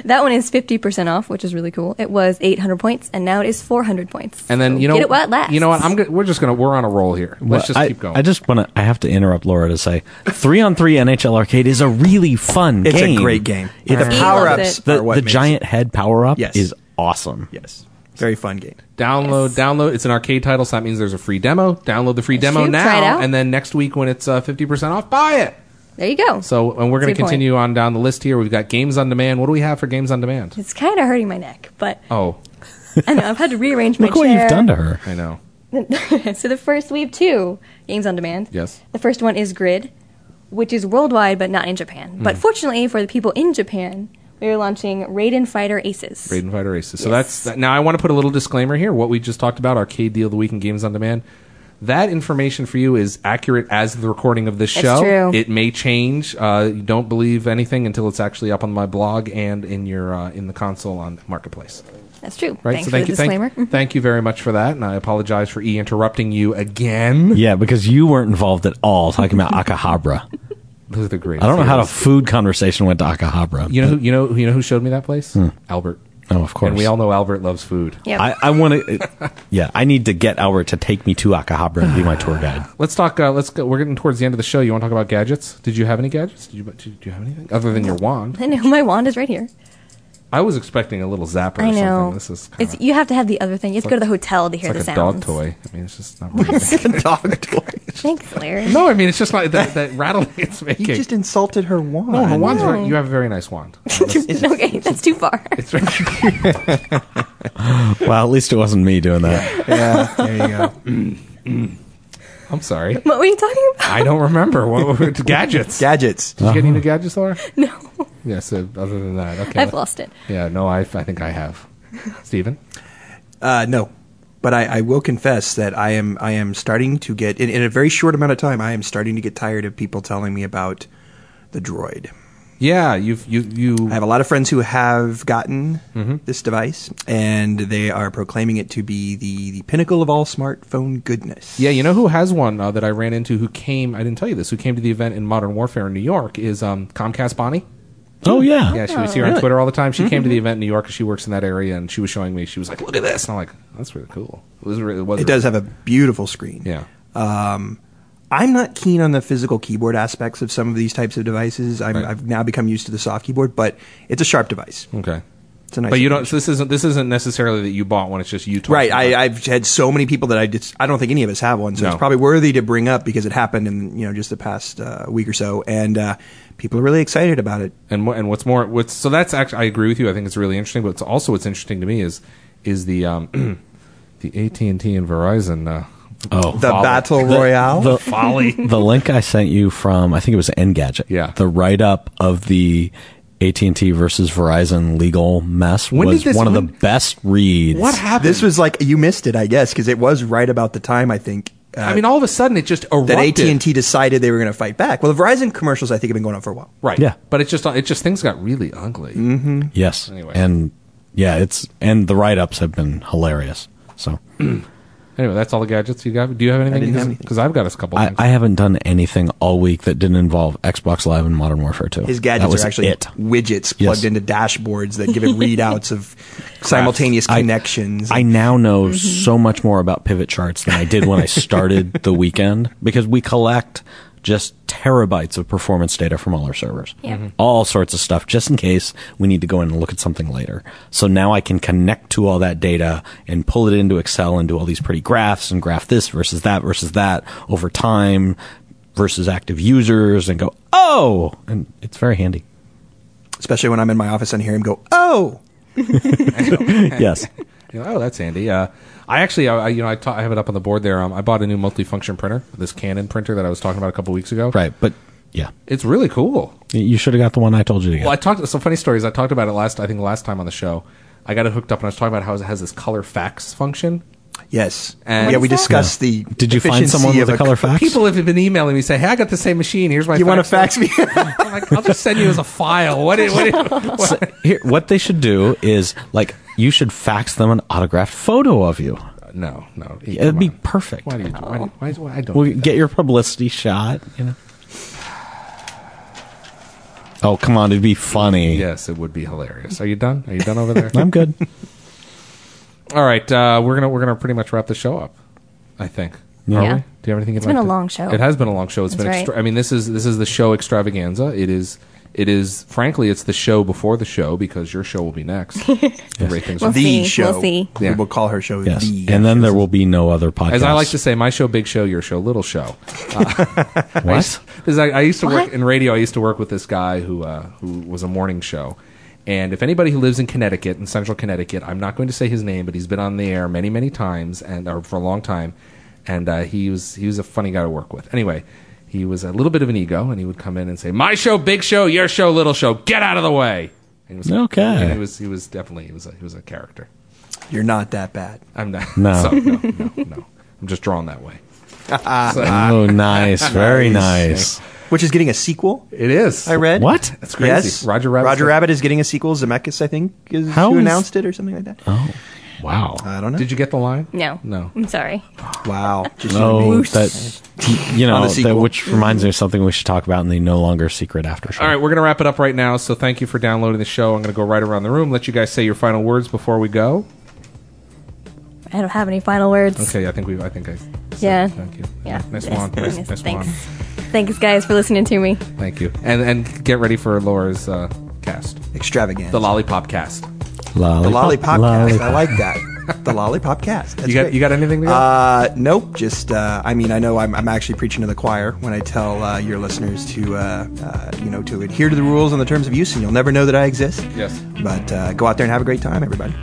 D: that one is 50% off, which is really cool. It was 800 points, and now it is 400 points.
C: And then
D: So
C: you know
D: Get it while it lasts.
C: You know what? I'm go- we're just gonna we're on a roll here. Let's
F: Well,
C: just
F: I,
C: keep going.
F: I just want to. I have to interrupt Laura to say, three on three NHL Arcade is a really fun
E: It's
F: game.
E: a great game.
F: It's
D: He
E: the power
D: loves
E: ups.
D: it.
F: the,
E: are what
F: the
E: makes it-
F: giant head power up
E: Yes.
F: is awesome.
E: Yes. Very fun game.
C: download download. It's an arcade title, so that means there's a free demo. Download the free demo
D: true.
C: now,
D: Try it out.
C: and then next week when it's uh, fifty percent off, buy it.
D: there you go.
C: So, and we're going to
D: Good point.
C: continue on down the list here. We've got games on demand. What do we have for games on demand?
D: It's kind of hurting my neck, but
C: Oh,
D: I know I've had to rearrange my
F: Look what you've done to her.
C: I know.
D: her. so the first, we have two games on demand.
C: Yes.
D: The first one is Grid, which is worldwide but not in Japan.
C: Hmm.
D: But fortunately for the people in Japan, we are launching Raiden Fighter Aces.
C: Raiden Fighter Aces. So that's
D: Yes.
C: that, now. I want to put a little disclaimer here. What we just talked about, arcade deal of the week and games on demand. That information for you is accurate as of the recording of this show.
D: true.
C: It may change. Uh, you don't believe anything until it's actually up on my blog and in your uh, in the console on marketplace.
D: That's true.
C: Right. so
D: Thanks for
C: thank
D: the
C: you.
D: disclaimer.
C: Thank, thank you very much for that, and I apologize for e interrupting you again.
F: Yeah, because you weren't involved at all talking about Akahabra.
C: Those are the greatest.
F: I don't know how the
C: heroes.
F: food conversation went to Akahabra.
C: You know who you know you know who showed me that place? Albert.
F: Oh, of course.
C: And we all know Albert loves food.
D: Yep.
F: I, I want to. Yeah, I need to get Albert to take me to Akahabra and be my tour guide.
C: Let's talk. Uh, let's go. We're getting towards the end of the show. You want to talk about gadgets? Did you have any gadgets? Did you did you have anything other than your wand?
D: I know my wand is right here.
C: I was expecting a little zapper. Or
D: I know.
C: Something. This is kinda,
D: It's you have to have the other thing. You have to go to the hotel to hear
C: it's like
D: the
C: a
D: sound.
C: dog toy. I mean, it's just not. Really
E: Dog toys.
D: Thanks, Larry.
C: no, I mean it's just like that, that rattle it's
E: You
C: making.
E: just insulted her wand.
C: no, Oh, her wand's very- you have a very nice wand.
D: okay, that's too far.
C: It's very,
F: Well, at least it wasn't me doing that.
E: Yeah, there you go.
C: I'm sorry.
D: what were you talking about?
C: I don't remember what were gadgets. Did
E: Gadgets.
C: you get any
F: Uh-huh.
C: new gadgets, Laura?
D: No,
C: Yeah. So other than that, okay.
D: I've lost it.
C: Yeah. No, I I think I have. Steven?
E: Uh, no, but I, I will confess that I am I am starting to get in, in a very short amount of time. I am starting to get tired of people telling me about the droid.
C: Yeah. You've you you.
E: I have a lot of friends who have gotten
C: Mm-hmm.
E: this device, and they are proclaiming it to be the, the pinnacle of all smartphone goodness.
C: Yeah, you know who has one uh, that I ran into who came, I didn't tell you this, who came to the event in Modern Warfare in New York is um, Comcast Bonnie.
F: Oh yeah.
C: Yeah, she was here on Twitter all the time.
E: Mm-hmm,
C: She came to the event in New York 'cause she works in that area and she was showing me, she was like, look at this. And I'm like, that's really cool. It, was, re- it, was
E: It does have a beautiful screen.
C: Yeah.
E: Um, I'm not keen on the physical keyboard aspects of some of these types of devices. I'm,
C: Right.
E: I've now become used to the soft keyboard, but it's a sharp device.
C: Okay.
E: It's a nice
C: But you
E: looking
C: don't, so this isn't, this isn't necessarily that you bought one, it's just you talking
E: Right.
C: about it.
E: I, I've had so many people that I just, I don't think any of us have one. So
C: No.
E: it's probably worthy to bring up because it happened in, you know, just the past uh, week or so. And uh, people are really excited about it.
C: And wha- and what's more, what's so that's actually I agree with you. I think it's really interesting. But it's also what's interesting to me is is the um, the AT and T and Verizon. Uh,
F: Oh,
E: The
C: Follow.
E: Battle Royale.
F: the folly. The link I sent you from I think it was Engadget.
C: Yeah.
F: The write up of the AT&T versus Verizon legal mess
C: When did
F: was
C: this-
F: one of the
C: when-
F: best reads.
C: What happened?
E: This was like you missed it, I guess, because it was right about the time I think uh,
C: I mean, all of a sudden it just erupted.
E: that AT and T decided they were going to fight back. Well, the Verizon commercials I think have been going on for a while.
C: right?
F: Yeah.
C: but it just it just things got really ugly.
E: Mm-hmm.
F: Yes.
C: Anyway.
F: And yeah, it's and the write-ups have been hilarious. So
C: Anyway, that's all the gadgets you got. Do you have
E: didn't have
C: anything?
E: anything.
C: Because I've got a couple.
F: I,
C: things.
F: I haven't done anything all week that didn't involve Xbox Live and Modern Warfare 2.
E: His
F: That
E: gadgets
F: was
E: are actually
F: it.
E: widgets
F: Yes.
E: plugged into dashboards that give it readouts of simultaneous
F: I-
E: connections.
F: I now know so much more about pivot charts than I did when I started the weekend because we collect just terabytes of performance data from all our servers.
D: Yeah. Mhm.
F: All sorts of stuff just in case we need to go in and look at something later. So now I can connect to all that data and pull it into Excel and do all these pretty graphs and graph this versus that versus that over time versus active users and go, "Oh!" and it's very handy.
E: especially when I'm in my office and hear him go, "Oh."
F: yes.
C: You know, oh, that's handy. Uh, I actually, I, I- you know, I, ta- I have it up on the board there. Um, I bought a new multifunction printer, this Canon printer that I was talking about a couple weeks ago.
F: Right, but yeah.
C: It's really cool.
F: You should have got the one I told you to get.
C: Well, I talked some funny stories. I talked about it last, I think, last time on the show. I got it hooked up, and I was talking about how it has this color fax function.
E: Yes.
C: And-
E: yeah, we
C: What is
E: discussed
F: Yeah.
E: the.
F: Did you find
E: efficiency
F: someone with
E: of
F: a color fax?
C: People have been emailing me saying, "Hey, I got the same machine. Here's my."
E: You want to
C: fax
E: fax me?
C: I'm like, I'll just send you as a file. What? Is, what, is, what?
F: Here, what they should do is like you should fax them an autographed photo of you.
C: No, no.
F: It'd be
C: Come on.
F: perfect.
C: Why do you? Why, do- why, why, I don't.
F: We'll get your publicity shot. You know. Oh come on! It'd be funny.
C: yes, it would be hilarious. Are you done? Are you done over there?
F: I'm good.
C: All right, uh, we're gonna we're gonna pretty much wrap the show up. I think. Are
D: Yeah.
C: we? Do you have anything? It's
D: been a long show.
C: It has been a long show. It's
D: That's
C: been.
D: right.
C: Extra- I mean, this is this is the show extravaganza. It is. It is. Frankly, it's the show before the show because your show will be next. The Great things.
D: Well,
C: are-
E: the
D: see.
E: show.
D: We'll see.
C: Yeah.
E: We will call her show
F: Yes.
E: the.
F: and then there will be no other podcast.
C: As I like to say, my show, big show, your show, little show.
F: what?
C: Because I, I used to work
D: What?
C: in radio. I used to work with this guy who uh, who was a morning show. And if anybody who lives in Connecticut, in central Connecticut, I'm not going to say his name, but he's been on the air many, many times and or for a long time. And uh, he was he was a funny guy to work with. Anyway, he was a little bit of an ego, and he would come in and say, "My show, big show, your show, little show, get out of the way." And he was
F: Okay.
C: And he was he was definitely he was a, he was a character.
E: You're not that bad.
C: I'm not.
F: No.
C: so, no, no, no. I'm just drawn that way.
F: oh, nice. Very nice.
E: Which is getting a sequel.
C: It is.
E: I read.
F: What?
C: That's crazy.
E: Yes.
C: Roger Rabbit's
E: Roger
C: gonna-
E: Rabbit is getting a sequel. Zemeckis, I think, is
F: How
E: who
F: is-
E: announced it or something like that.
F: Oh, wow.
E: I don't know.
C: Did you get the line?
D: No.
C: No.
D: I'm sorry.
E: Wow. Just you
F: Oh,
E: and me.
F: that you
E: On
F: know,
E: the
F: that,
E: sequel.
F: which reminds me of something we should talk about in the no longer secret after show.
C: All right, we're going to wrap it up right now. So thank you for downloading the show. I'm going to go right around the room, let you guys say your final words before we go.
D: I don't have any final words.
C: Okay, I think we. I think I. said
D: Yeah.
C: Thank you.
D: Yeah.
C: Nice
D: Yes.
C: one. Nice,
D: Yes.
C: nice
D: Thanks.
C: one.
D: Thanks, guys, for listening to me.
C: Thank you. And and get ready for Laura's uh, cast,
E: extravagant.
C: the lollipop cast.
E: The
F: Lollipop.
E: lollipop, cast. I
F: Lollipop.
E: like that. The lollipop cast. That's
C: You got
E: great.
C: you got anything to go?
E: Uh, nope. Just, uh, I mean, I know I'm, I'm actually preaching to the choir when I tell uh, your listeners to, uh, uh, you know, to adhere to the rules and the terms of use, and you'll never know that I exist.
C: yes.
E: But uh, go out there and have a great time, everybody.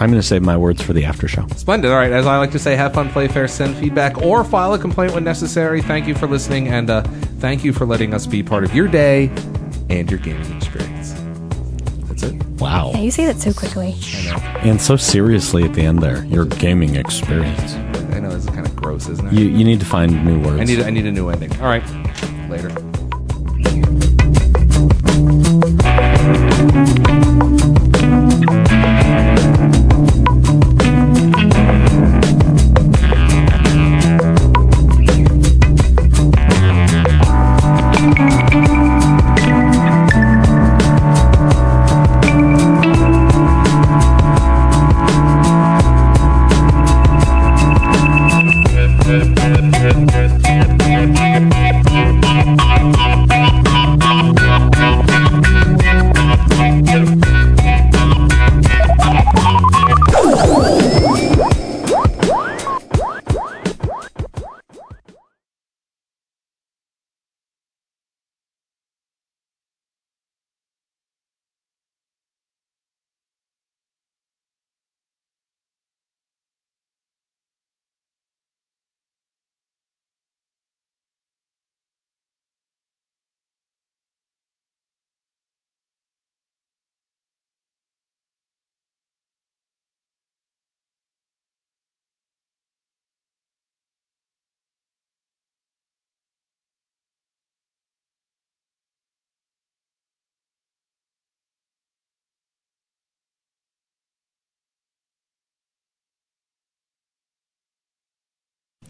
F: I'm going to save my words for the after show.
C: Splendid. All right. As I like to say, have fun, play fair, send feedback, or file a complaint when necessary. Thank you for listening, and uh, thank you for letting us be part of your day and your gaming experience. That's it.
F: Wow.
D: Yeah, you say that so quickly.
F: And so seriously at the end there, your gaming experience.
C: I know this is kind of gross, isn't it?
F: You you need to find new words.
C: I need I need a new ending. All right. Later.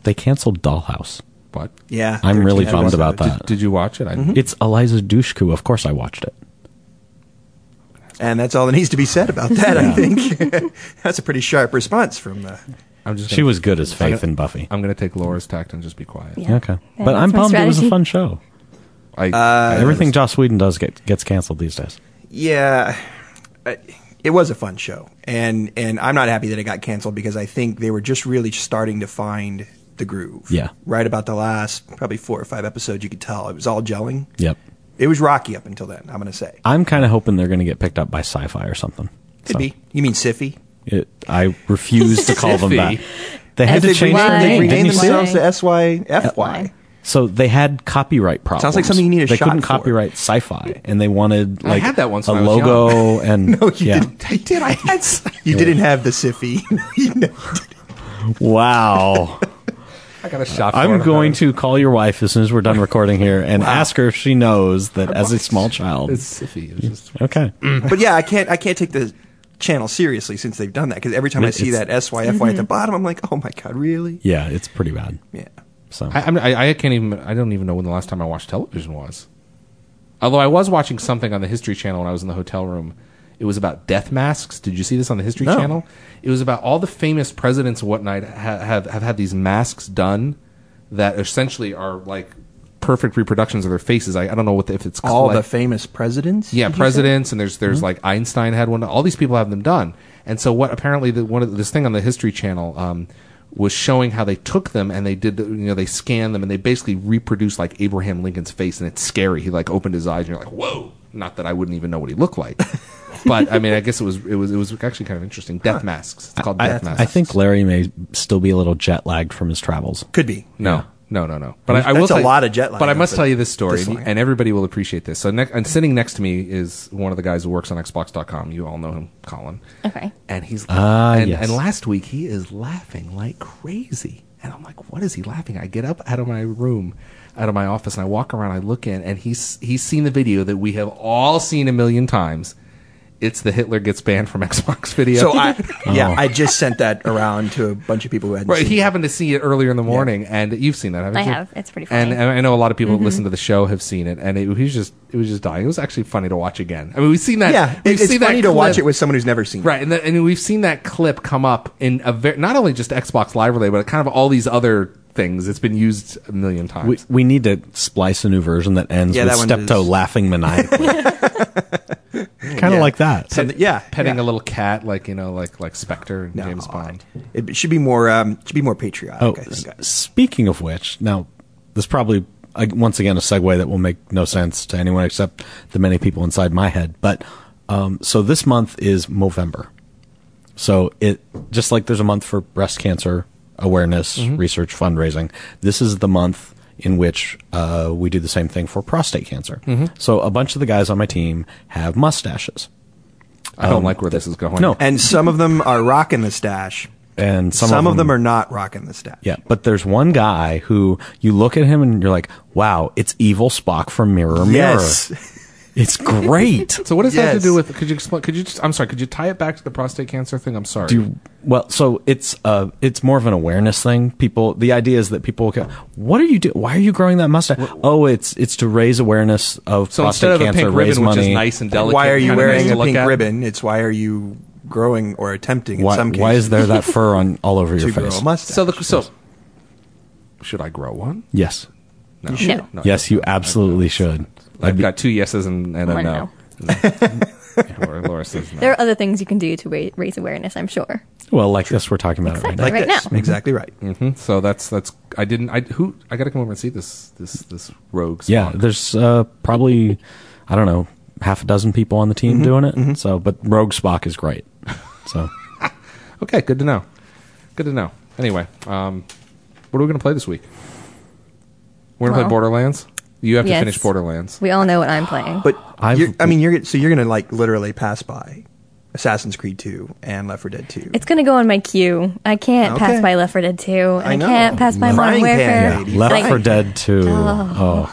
F: They canceled Dollhouse.
C: What?
E: Yeah,
F: I'm really
E: 13
F: bummed about
E: episodes.
F: that.
C: Did you watch it? I
E: Hmm?
F: It's Eliza Dushku. Of course, I watched it.
E: and that's all that needs to be said about that. I think that's a pretty sharp response from. Uh,
C: I'm just.
F: She
C: gonna-
F: was good as Faith in Buffy.
C: I'm going to take Laura's tact and just be quiet.
D: Yeah.
F: Okay,
D: Yeah,
F: but I'm
D: that's my
F: bummed it was a
D: strategy.
F: fun show.
C: I,
F: Everything Joss Whedon does get gets canceled these days.
E: yeah, I- it was a fun show, and and I'm not happy that it got canceled because I think they were just really starting to find the groove.
F: Yeah.
E: right about the last probably four or five episodes, you could tell it was all gelling.
F: Yep.
E: It was rocky up until then. I'm gonna say
F: I'm kind of hoping they're going to get picked up by Sci-Fi or something.
E: could
F: So,
E: be. You mean Siffy?
F: It, I refuse to call them that. They had to
E: They
F: change their
E: renamed- they
F: name.
E: renamed
F: Didn't you see that?
E: themsells to SYFY.
F: So they had copyright problems.
E: like something you need a
F: They
E: shot
F: couldn't
E: for.
F: copyright sci-fi, and they wanted like
C: had that once
F: a
C: when I was
F: logo and
E: No, Oh, you
F: yeah.
E: didn't. I did. I had. s- You didn't have the Siffy. You know.
F: Wow.
C: I got a shot. for
F: I'm
C: it.
F: going to call your wife as soon as we're done recording here and ask her if she knows that as a small child.
C: It's iffy. It's just,
F: okay.
E: but yeah, I can't I can't take the channel seriously since they've done that because every time I see
F: It's-
E: that SYFY at the bottom, I'm like, oh my god, really?
F: Yeah, it's pretty bad.
E: Yeah.
F: So
C: I, I'm, I, I can't even. I don't even know when the last time I watched television was. Although I was watching something on the History Channel when I was in the hotel room. It was about death masks. Did you see this on the History
E: No.
C: Channel? It was about all the famous presidents and whatnot have, have have had these masks done that essentially are like perfect reproductions of their faces. I, I don't know what the, if it's
E: All
C: collect-
E: the famous presidents.
C: yeah presidents and there's there's
F: Mm-hmm.
C: like Einstein had one. All these people have them done. And so what apparently the, one of this thing on the History Channel um, was showing how they took them and they did the, you know they scanned them and they basically reproduced like Abraham Lincoln's face and it's scary. He like opened his eyes and you're like whoa. Not that I wouldn't even know what he looked like. but I mean, I guess it was it was it was actually kind of interesting. Death masks. It's called
F: I,
C: death masks.
F: I think Larry may still be a little jet lagged from his travels.
E: could be.
C: No, no, no, no. But I, I will
E: That's a
C: tell you-
E: lot of jet lag
C: But I
E: though
C: must
E: for
C: tell you this story,
E: this
C: and,
E: long.
C: and everybody will appreciate this. So, next, and sitting next to me is one of the guys who works on Xbox.com. You all know him, Colin.
D: Okay.
C: And he's
F: Ah,
C: and,
F: yes.
C: and last week he is laughing like crazy, and I'm like, what is he laughing? at? I get up out of my room, out of my office, and I walk around. I look in, and he's he's seen the video that we have all seen a million times. It's the Hitler gets banned from Xbox video.
E: So I yeah I just sent that around to a bunch of people who hadn't.
C: Right,
E: seen
C: he
E: it.
C: happened to see it earlier in the morning, and you've seen that, haven't
D: I
C: you?
D: have. It's pretty
C: And,
D: funny. Mm-hmm.
C: and I know a lot of people who listen to the show have seen it, and it was just it was just dying. It was actually funny to watch again. I mean, we've seen that.
E: yeah. it-
C: we've
E: it's
C: seen
E: funny
C: that
E: to watch
C: clip-
E: it with someone who's never seen. it.
C: right, and, the, and we've seen that clip come up in a ver- not only just Xbox Live Relay, but kind of all these other things. It's been used a million times.
F: We, we need to splice a new version that ends
E: Yeah,
F: with
E: that one
F: Steptoe
E: is-
F: laughing maniacally. kind of like that.
E: Something- yeah.
C: petting
E: yeah.
C: a little cat, like you know, like like Spectre and James Bond.
E: It should be more um should be more patriotic.
F: Oh,
E: I
F: s-
E: think.
F: speaking of which, now this probably uh, once again a segue that will make no sense to anyone except the many people inside my head. But um, so this month is Movember. So it just like there's a month for breast cancer awareness,
E: Mm-hmm.
F: research, fundraising. This is the month in which uh, we do the same thing for prostate cancer.
E: Mm-hmm.
F: So a bunch of the guys on my team have mustaches,
C: I
E: Um,
C: don't like where this is going.
F: no.
E: And some of them are rocking the stash.
F: and some,
E: Some, of them are not rocking the stash.
F: Yeah, but there's one guy who you look at him and you're like, "Wow, it's evil Spock from Mirror Mirror."
E: Yes.
F: It's great.
C: So what does that have to
E: Yes.
C: do with? Could you explain? Could you? Just, I'm sorry. Could you tie it back to the prostate cancer thing? I'm sorry.
F: well, so it's uh it's more of an awareness thing. People the idea is that people go, "What are you doing? Why are you growing that mustache?" Oh, it's it's to raise awareness of
C: so
F: prostate
C: instead of a
F: cancer,
C: pink
F: raise
C: ribbon, which
F: money.
C: is nice and delicate,
E: why are you
C: kinda nice
E: wearing
C: to
E: a
C: look
E: pink
C: at,
E: ribbon? It's why are you growing or attempting
F: why,
E: in some cases
F: why is there that fur on all over your
E: to grow
F: face?
E: a mustache?
C: So the so should I grow one?
F: Yes.
C: No.
D: should.
C: No.
F: Yes, you absolutely should.
C: I've got two yeses and, and a
D: One
C: no. Laura, Laura says no.
D: There are other things you can do to wa- raise awareness, I'm sure.
F: Well, like this we're talking about it right now.
E: like
D: right
E: this.
D: now.
E: Exactly right.
C: Mhm. So that's that's I didn't I who I got to come over and see this this this rogue.
F: Yeah,
C: spawn.
F: there's uh, probably I don't know half a dozen people on the team
C: Mm-hmm,
F: doing it. So, but Rogue Spock is great. So,
C: okay. Good to know. Good to know. Anyway, um, what are we gonna play this week? We're gonna play
D: Well-
C: Borderlands. You have to
D: Yes.
C: finish Borderlands.
D: We all know what I'm playing.
E: But
F: I've-
E: you're, I mean, you're so you're gonna like literally pass by Assassin's Creed 2 and Left 4 Dead 2.
D: It's gonna go on my queue. I can't
E: Okay.
D: pass by Left 4 Dead 2, and I,
E: know.
D: can't pass by Modern
E: Frying pan,
D: Warfare.
E: lady.
D: and
F: Left
D: I-
F: for Dead too. Oh,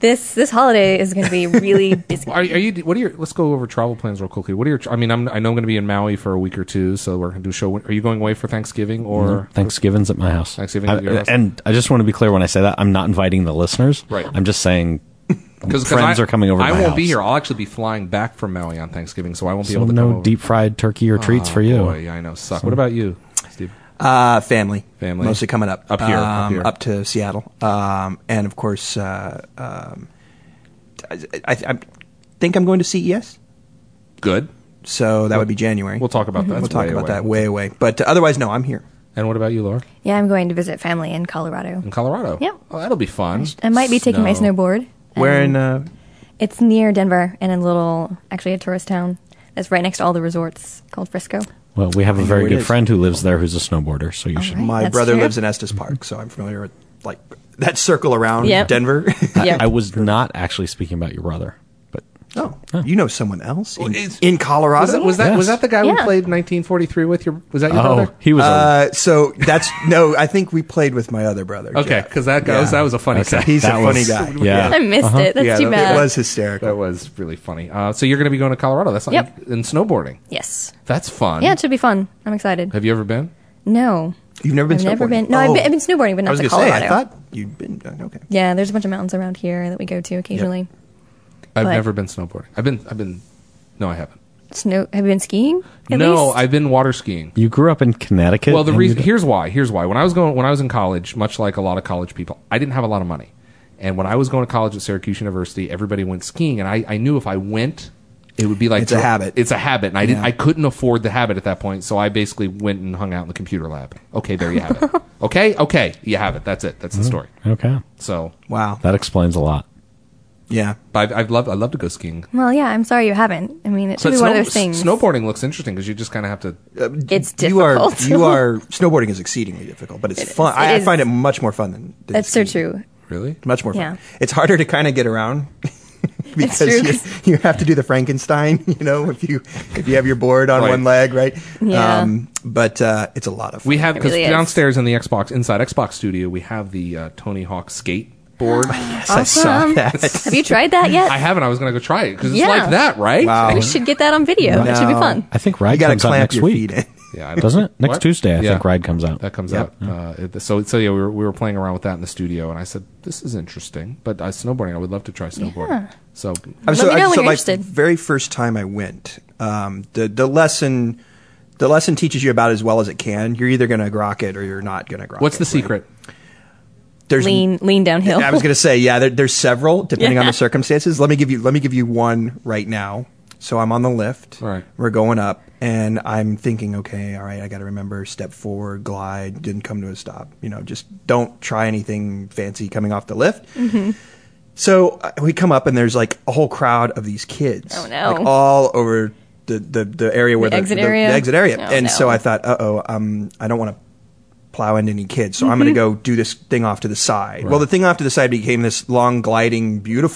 D: this this holiday is going to be really busy.
C: Are, are you? What are your? Let's go over travel plans real quickly. What are your? I mean, I'm, I know I'm going to be in Maui for a week or two, so we're going to do a show. Are you going away for Thanksgiving
F: Mm-hmm.
C: or?
F: Oh, Thanksgiving's at my house.
C: Thanksgiving's at your
F: I- uh,
C: house.
F: And I just want to be clear when I say that I'm not inviting the listeners.
C: Right.
F: I'm just saying
C: Because
F: friends are coming over. to
C: I
F: my
C: won't
F: house.
C: be here. I'll actually be flying back from Maui on Thanksgiving, so I won't be
F: So
C: able to come
F: no
C: over.
F: deep fried turkey or treats
C: Oh,
F: for you.
C: Boy, yeah, I know. Suck. What about you, Steve?
E: Uh, family,
C: Family.
E: mostly coming up
C: Up here, up
E: um,
C: here.
E: to Seattle, um, and of course, uh, um, I, I, I think I'm going to CES,
C: Good.
E: so that would be January.
C: We'll talk about that.
E: We'll
C: That's
E: talk
C: way
E: about
C: away.
E: that way away, but uh, otherwise, no, I'm here.
C: And what about you, Laura?
D: Yeah, I'm going to visit family in Colorado.
C: In Colorado.
D: Yeah.
C: Oh, that'll be fun.
D: I might be taking my
C: Snow.
D: snowboard.
E: Where in
D: And
E: uh,
D: It's near Denver and a little, actually, a tourist town that's right next to all the resorts called Frisco.
F: Well, we have a
E: where
F: very
E: it
F: good
E: is.
F: friend who lives there who's a snowboarder, so you should.
D: right.
E: my
D: That's
E: brother
D: true.
E: lives in Estes Park, so I'm familiar with like that circle around
D: Yep.
E: Denver.
D: Yeah.
F: I was not actually speaking about your brother, but
E: oh, you know someone else in,
C: it's-
E: in Colorado?
C: Was that was that, was
F: Yes.
C: that the guy we
D: Yeah.
C: played 1943 with? Your was that your brother?
F: oh, he was. a,
E: Uh, so that's no. I think we played with my other brother.
C: Okay,
E: Jeff.
C: because that guy was,
E: Yeah.
C: that was a funny guy.
E: He's
F: That
E: a
F: was-
E: funny guy.
F: yeah.
D: I missed it. That's
C: Yeah,
D: too
C: that-
D: bad.
E: It was hysterical.
C: That was really funny. Uh, so you're going to be going to Colorado. That's not
D: Yep.
C: in snowboarding.
D: Yes.
C: That's fun.
D: Yeah, it should be fun. I'm excited.
C: Have you ever been?
D: No.
E: You've never been
D: I've never
E: snowboarding?
D: been. No, I've,
E: Oh.
D: been, I've been snowboarding,
E: I
D: but not
E: was
D: to
E: gonna
D: Colorado.
E: say. I thought you'd been uh, okay.
D: yeah, there's a bunch of mountains around here that we go to occasionally.
C: I've
D: But-
C: never been snowboarding. I've been. I've been. No, I haven't.
D: Snow? Have you been skiing? at
C: no,
D: least?
C: I've been water skiing.
F: you grew up in Connecticut.
C: Well, the
F: and
C: reason
F: you-
C: here's why. Here's why. When I was going, when I was in college, much like a lot of college people, I didn't have a lot of money. And when I was going to college at Syracuse University, everybody went skiing, and I, I knew if I went, it would be like
E: It's a habit.
C: It's a habit, and I didn't.
E: Yeah.
C: I couldn't afford the habit at that point, so I basically went and hung out in the computer lab. Okay, there you have it. okay, okay, you have it. That's it. That's
E: Mm-hmm.
C: the story.
F: okay,
C: So,
E: Wow.
F: that explains a lot.
E: Yeah.
C: but I've, I've loved. I love to go skiing.
D: Well, yeah, I'm sorry you haven't. I mean, it should
C: But
D: be
C: snow-
D: one of those things.
C: snowboarding looks interesting because you just kind of have to.
D: It's
E: You are
D: difficult.
E: you are snowboarding is exceedingly difficult, but it's fun.
D: is.
E: I,
D: It
E: I
D: is.
E: find it much more fun than, than
D: That's so
E: skiing.
D: true.
C: Really?
E: Much more fun.
D: Yeah.
E: It's harder to kind of get around because
D: true,
E: you,
D: 'cause-
E: you have to do the Frankenstein. You know, if you if you have your board on
C: Right.
E: one leg, right?
D: Yeah.
E: but uh, it's a lot of fun.
C: We have because
D: really is.
C: downstairs in the Xbox inside Xbox studio, we have the uh, Tony Hawk skateboard.
D: Oh,
E: Yes, I saw
D: Awesome.
E: that.
D: Have you tried that yet?
C: I haven't. I was gonna go try it because it's
D: Yeah.
C: like that, right?
E: Wow.
D: We should get that on video. It should be
E: No.
D: fun.
F: I think
E: You
F: Ride
E: got to
F: comes out
E: clamp
F: next
E: your feet
F: week,
E: in.
C: Yeah, I don't-
F: doesn't it? Next
C: What?
F: Tuesday, I
C: Yeah.
F: think Ride comes out.
C: That comes
E: Yep.
C: out. Uh, it- so, so yeah, we were, we were playing around with that in the studio, and I said, "This is interesting." But uh, snowboarding, I would love to try snowboarding. So,
E: I'm
D: Let me know when you're
E: my
D: interested.
E: very first time I went, um, the the lesson the lesson teaches you about as well as it can. You're either going to grok it or you're not going to grok
C: what's
E: it.
C: the
E: right?
C: secret?
E: There's
D: Lean, lean downhill.
E: I was going to say, yeah, there, there's several depending on
D: Yeah.
E: the circumstances. Let me give you let me give you one right now. So I'm on the lift.
C: All right.
E: We're going up, and I'm thinking, okay, all right, I got to remember step forward, glide, didn't come to a stop. You know, just don't try anything fancy coming off the lift.
D: Mm-hmm.
E: So uh, we come up, and there's like a whole crowd of these kids.
D: Oh, no.
E: Like, all over the, the, the area where
D: The
E: the,
D: exit area?
E: the exit area.
D: Oh,
E: and
D: no.
E: so I thought, uh oh, um, I don't want to plow into
D: Mm-hmm.
E: any kids, so I'm going to go do this thing off to the side. Well, the thing off to the side became this long, gliding, beautiful